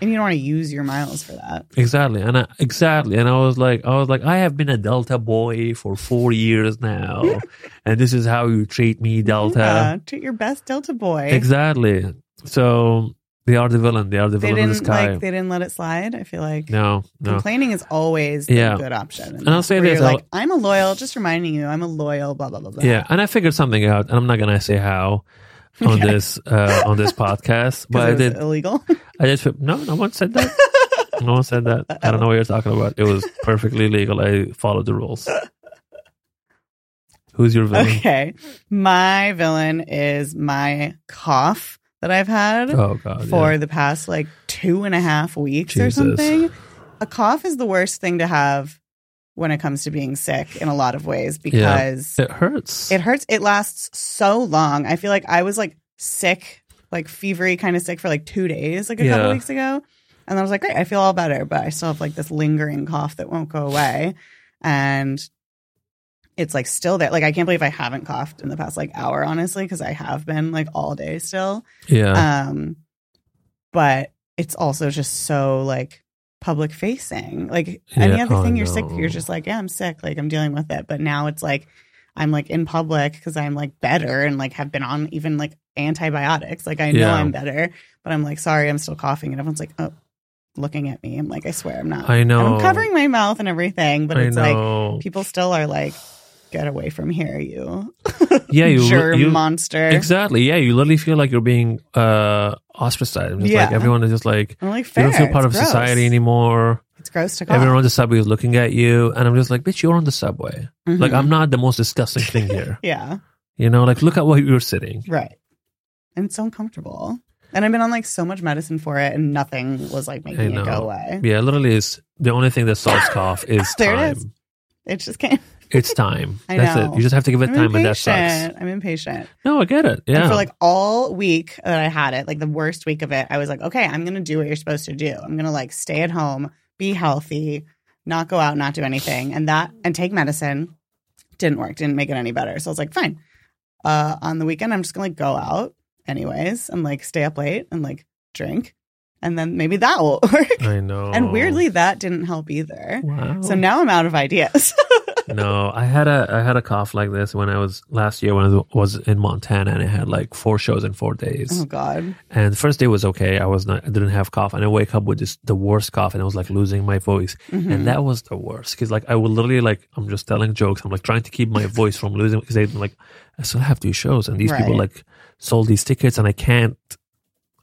Speaker 2: And you don't want to use your miles for that.
Speaker 1: Exactly. And I, exactly. And I was like, I was like, I have been a Delta boy for four years now, and this is how you treat me, Delta.
Speaker 2: Yeah, Uh, treat your best Delta boy.
Speaker 1: Exactly. So they are the villain. They are the
Speaker 2: They
Speaker 1: villain in the
Speaker 2: didn't
Speaker 1: sky.
Speaker 2: like. They didn't let it slide. I feel like.
Speaker 1: no, no.
Speaker 2: Complaining is always the
Speaker 1: Yeah.
Speaker 2: good option.
Speaker 1: And I'll say
Speaker 2: Where
Speaker 1: this,
Speaker 2: You're
Speaker 1: I'll-
Speaker 2: like, I'm a loyal, just reminding you, I'm a loyal, blah, blah, blah, blah.
Speaker 1: Yeah, and I figured something out, and I'm not gonna say how on
Speaker 2: Okay.
Speaker 1: this uh, on this podcast, but I
Speaker 2: Because it
Speaker 1: did.
Speaker 2: was uh, illegal.
Speaker 1: I did. fi- No, no one said that. no one said that. I don't know what you're talking about. It was perfectly legal. I followed the rules. Who's your villain?
Speaker 2: okay. My villain is my cough that I've had
Speaker 1: Oh God.
Speaker 2: for
Speaker 1: yeah.
Speaker 2: the past like two and a half weeks or
Speaker 1: Jesus.
Speaker 2: something. A cough is the worst thing to have when it comes to being sick in a lot of ways because
Speaker 1: it hurts.
Speaker 2: It hurts. It lasts so long. I feel like I was like sick, like fevery kind of sick for like two days, like a
Speaker 1: Yeah.
Speaker 2: couple weeks ago. And I was like, great, I feel all better, but I still have like this lingering cough that won't go away. And it's like still there. Like, I can't believe I haven't coughed in the past like hour, honestly, because I have been like all day still.
Speaker 1: yeah.
Speaker 2: Um, but it's also just so like public facing. Like any
Speaker 1: Yeah, Oh,
Speaker 2: other
Speaker 1: I
Speaker 2: thing you're sick,
Speaker 1: know.
Speaker 2: you're just like, yeah, I'm sick. Like I'm dealing with it. But now it's like I'm like in public because I'm like better and like have been on even like antibiotics. Like I know
Speaker 1: Yeah.
Speaker 2: I'm better, but I'm like sorry, I'm still coughing, and everyone's like, oh, looking at me. I'm like, I swear, I'm not.
Speaker 1: I know.
Speaker 2: I'm covering my mouth and everything, but
Speaker 1: I
Speaker 2: it's like
Speaker 1: know.
Speaker 2: people still are like, get away from here, you
Speaker 1: yeah, you,
Speaker 2: germ
Speaker 1: you
Speaker 2: monster.
Speaker 1: Exactly. Yeah, you literally feel like you're being uh ostracized. Just
Speaker 2: Yeah.
Speaker 1: like everyone is just like
Speaker 2: I'm like, fair.
Speaker 1: you don't feel part
Speaker 2: It's
Speaker 1: of
Speaker 2: gross.
Speaker 1: society anymore.
Speaker 2: It's gross to call.
Speaker 1: Everyone on the subway is looking at you, and I'm just like, bitch, you're on the subway.
Speaker 2: Mhm.
Speaker 1: Like, I'm not the most disgusting thing here.
Speaker 2: yeah,
Speaker 1: You know, like, look at where you're sitting.
Speaker 2: right. And it's so uncomfortable. And I've been on like so much medicine for it, and nothing was like making it
Speaker 1: know.
Speaker 2: go away.
Speaker 1: Yeah, literally, is the only thing that solves cough is
Speaker 2: There it
Speaker 1: time.
Speaker 2: is. It just came.
Speaker 1: It's time.
Speaker 2: I
Speaker 1: that's
Speaker 2: know.
Speaker 1: it. You just have to give it
Speaker 2: I'm
Speaker 1: time, and that
Speaker 2: impatient.
Speaker 1: sucks.
Speaker 2: I'm impatient.
Speaker 1: No, I get it.
Speaker 2: And
Speaker 1: Yeah.
Speaker 2: for like all week that I had it, like the worst week of it, I was like, okay, I'm going to do what you're supposed to do. I'm going to like stay at home, be healthy, not go out, not do anything. And that, and take medicine didn't work, didn't make it any better. So I was like, fine. Uh, on the weekend, I'm just going to like go out anyways and like stay up late and like drink. And then maybe that will work.
Speaker 1: I know.
Speaker 2: And weirdly, that didn't help either.
Speaker 1: Wow.
Speaker 2: So now I'm out of ideas.
Speaker 1: no, I had a I had a cough like this when I was last year when I was in Montana and I had like four shows in four days.
Speaker 2: oh, God.
Speaker 1: And the first day was okay. I was not I didn't have cough and I wake up with this the worst cough and I was like losing my voice.
Speaker 2: Mhm.
Speaker 1: And that was the worst because like I would literally like I'm just telling jokes. I'm like trying to keep my voice from losing because I'm like I still have two shows and these people
Speaker 2: Right.
Speaker 1: like sold these tickets and I can't.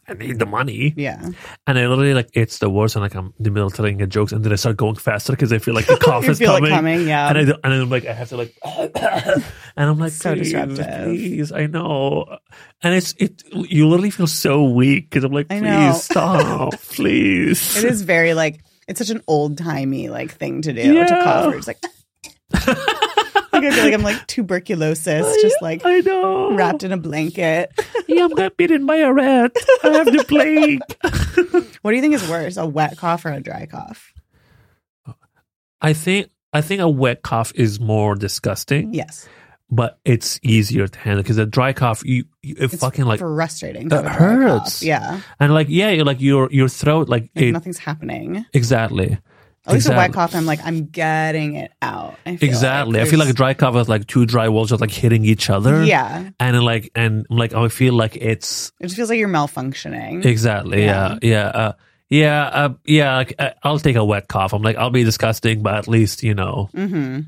Speaker 1: I need the money.
Speaker 2: yeah.
Speaker 1: And I literally like it's the worst. And like I'm in the middle of telling a jokes, and then I start going faster because I feel like the cough
Speaker 2: You
Speaker 1: is
Speaker 2: feel
Speaker 1: coming.
Speaker 2: it coming. Yeah.
Speaker 1: And I don't- and I'm like I have to like and I'm like
Speaker 2: So
Speaker 1: please,
Speaker 2: disruptive.
Speaker 1: please I know and it's it you literally feel so weak because I'm like
Speaker 2: I know.
Speaker 1: please stop please
Speaker 2: It is very like it's such an old timey like thing to do to
Speaker 1: Yeah.
Speaker 2: cough. Where it's like, like I feel like I'm like tuberculosis, just like
Speaker 1: I know
Speaker 2: wrapped in a blanket.
Speaker 1: yeah I'm got bitten by a rat I have the plague
Speaker 2: What do you think is worse, a wet cough or a dry cough?
Speaker 1: I think I think a wet cough is more disgusting
Speaker 2: Yes,
Speaker 1: but it's easier to handle because a dry cough you, you it
Speaker 2: It's
Speaker 1: fucking like
Speaker 2: frustrating.
Speaker 1: That
Speaker 2: to have a dry cough.
Speaker 1: hurts.
Speaker 2: Yeah,
Speaker 1: and like yeah you're like your your throat like,
Speaker 2: like
Speaker 1: it
Speaker 2: nothing's happening.
Speaker 1: exactly
Speaker 2: At least a wet
Speaker 1: exactly.
Speaker 2: cough, I'm like I'm getting it out. I feel
Speaker 1: Exactly.
Speaker 2: Like
Speaker 1: I feel like a
Speaker 2: there's-
Speaker 1: dry cough is like two dry walls just like hitting each other.
Speaker 2: yeah,
Speaker 1: And then, like, and like, I feel like it's
Speaker 2: it just feels like you're malfunctioning.
Speaker 1: exactly. Yeah. Yeah. Uh, yeah. Uh, yeah. Like, I- I'll take a wet cough. I'm like, I'll be disgusting, but at least, you know,
Speaker 2: mm-hmm.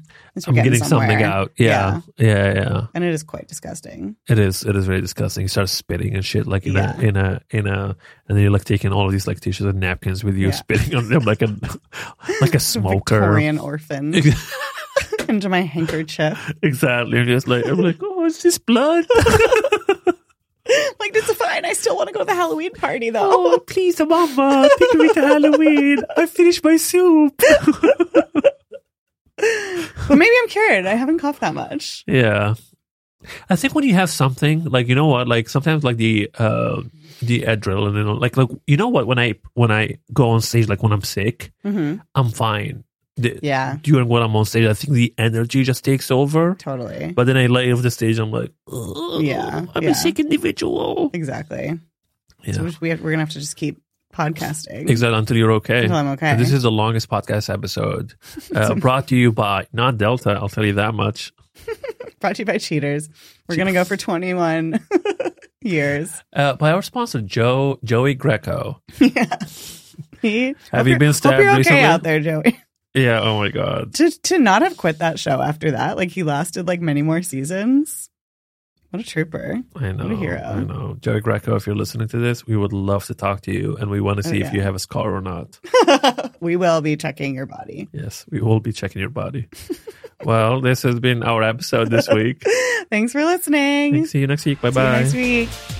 Speaker 1: I'm getting, something out. Yeah, yeah. Yeah.
Speaker 2: and it is quite disgusting.
Speaker 1: It is. It is very disgusting. You start spitting and shit like in
Speaker 2: Yeah.
Speaker 1: a, in a, in a, and then you're like taking all of these like tissues and napkins with you
Speaker 2: Yeah.
Speaker 1: spitting on them like a, like a smoker.
Speaker 2: Victorian orphan into my handkerchief.
Speaker 1: exactly. I'm just like, I'm like, oh, is this blood?
Speaker 2: Like it's fine. I still want to go to the Halloween party though.
Speaker 1: Oh, please, Mama, take me to Halloween. I finished my soup. Oh.
Speaker 2: But maybe I'm cured. I haven't coughed that much.
Speaker 1: Yeah. I think when you have something like you know what, like sometimes like the uh, the adrenaline, like like you know what, when I when I go on stage, like when I'm sick,
Speaker 2: hmm
Speaker 1: I'm fine. The,
Speaker 2: Yeah,
Speaker 1: During when I'm on stage, I think the energy just takes over.
Speaker 2: totally.
Speaker 1: But then I lay off the stage, I'm like, "Ugh,
Speaker 2: Yeah,
Speaker 1: I'm
Speaker 2: yeah.
Speaker 1: a sick individual.
Speaker 2: Exactly. So
Speaker 1: Yeah,
Speaker 2: we- we have, we're gonna have to just keep podcasting
Speaker 1: exactly. Until you're okay.
Speaker 2: until I'm okay.
Speaker 1: This is the longest podcast episode, uh, brought to you by not Delta. I'll tell you that much.
Speaker 2: Brought to you by Cheaters. We're gonna go for 21 years.
Speaker 1: Uh, by our sponsor, Joe Joey Greco.
Speaker 2: Yeah. Have
Speaker 1: Have you been stabbed
Speaker 2: Hope you're okay
Speaker 1: recently?
Speaker 2: out there, Joey.
Speaker 1: Yeah. Oh my God.
Speaker 2: to to not have quit that show after that, like he lasted like many more seasons. What a trooper!
Speaker 1: I know.
Speaker 2: a hero.
Speaker 1: I know. Joey Greco, if you're listening to this, we would love to talk to you, and we want to
Speaker 2: Oh,
Speaker 1: see
Speaker 2: yeah.
Speaker 1: if you have a scar or not.
Speaker 2: we will be checking your body.
Speaker 1: yes, we will be checking your body. well, this has been our episode this week.
Speaker 2: Thanks for listening.
Speaker 1: See you next week. Bye
Speaker 2: See you
Speaker 1: bye.
Speaker 2: next week.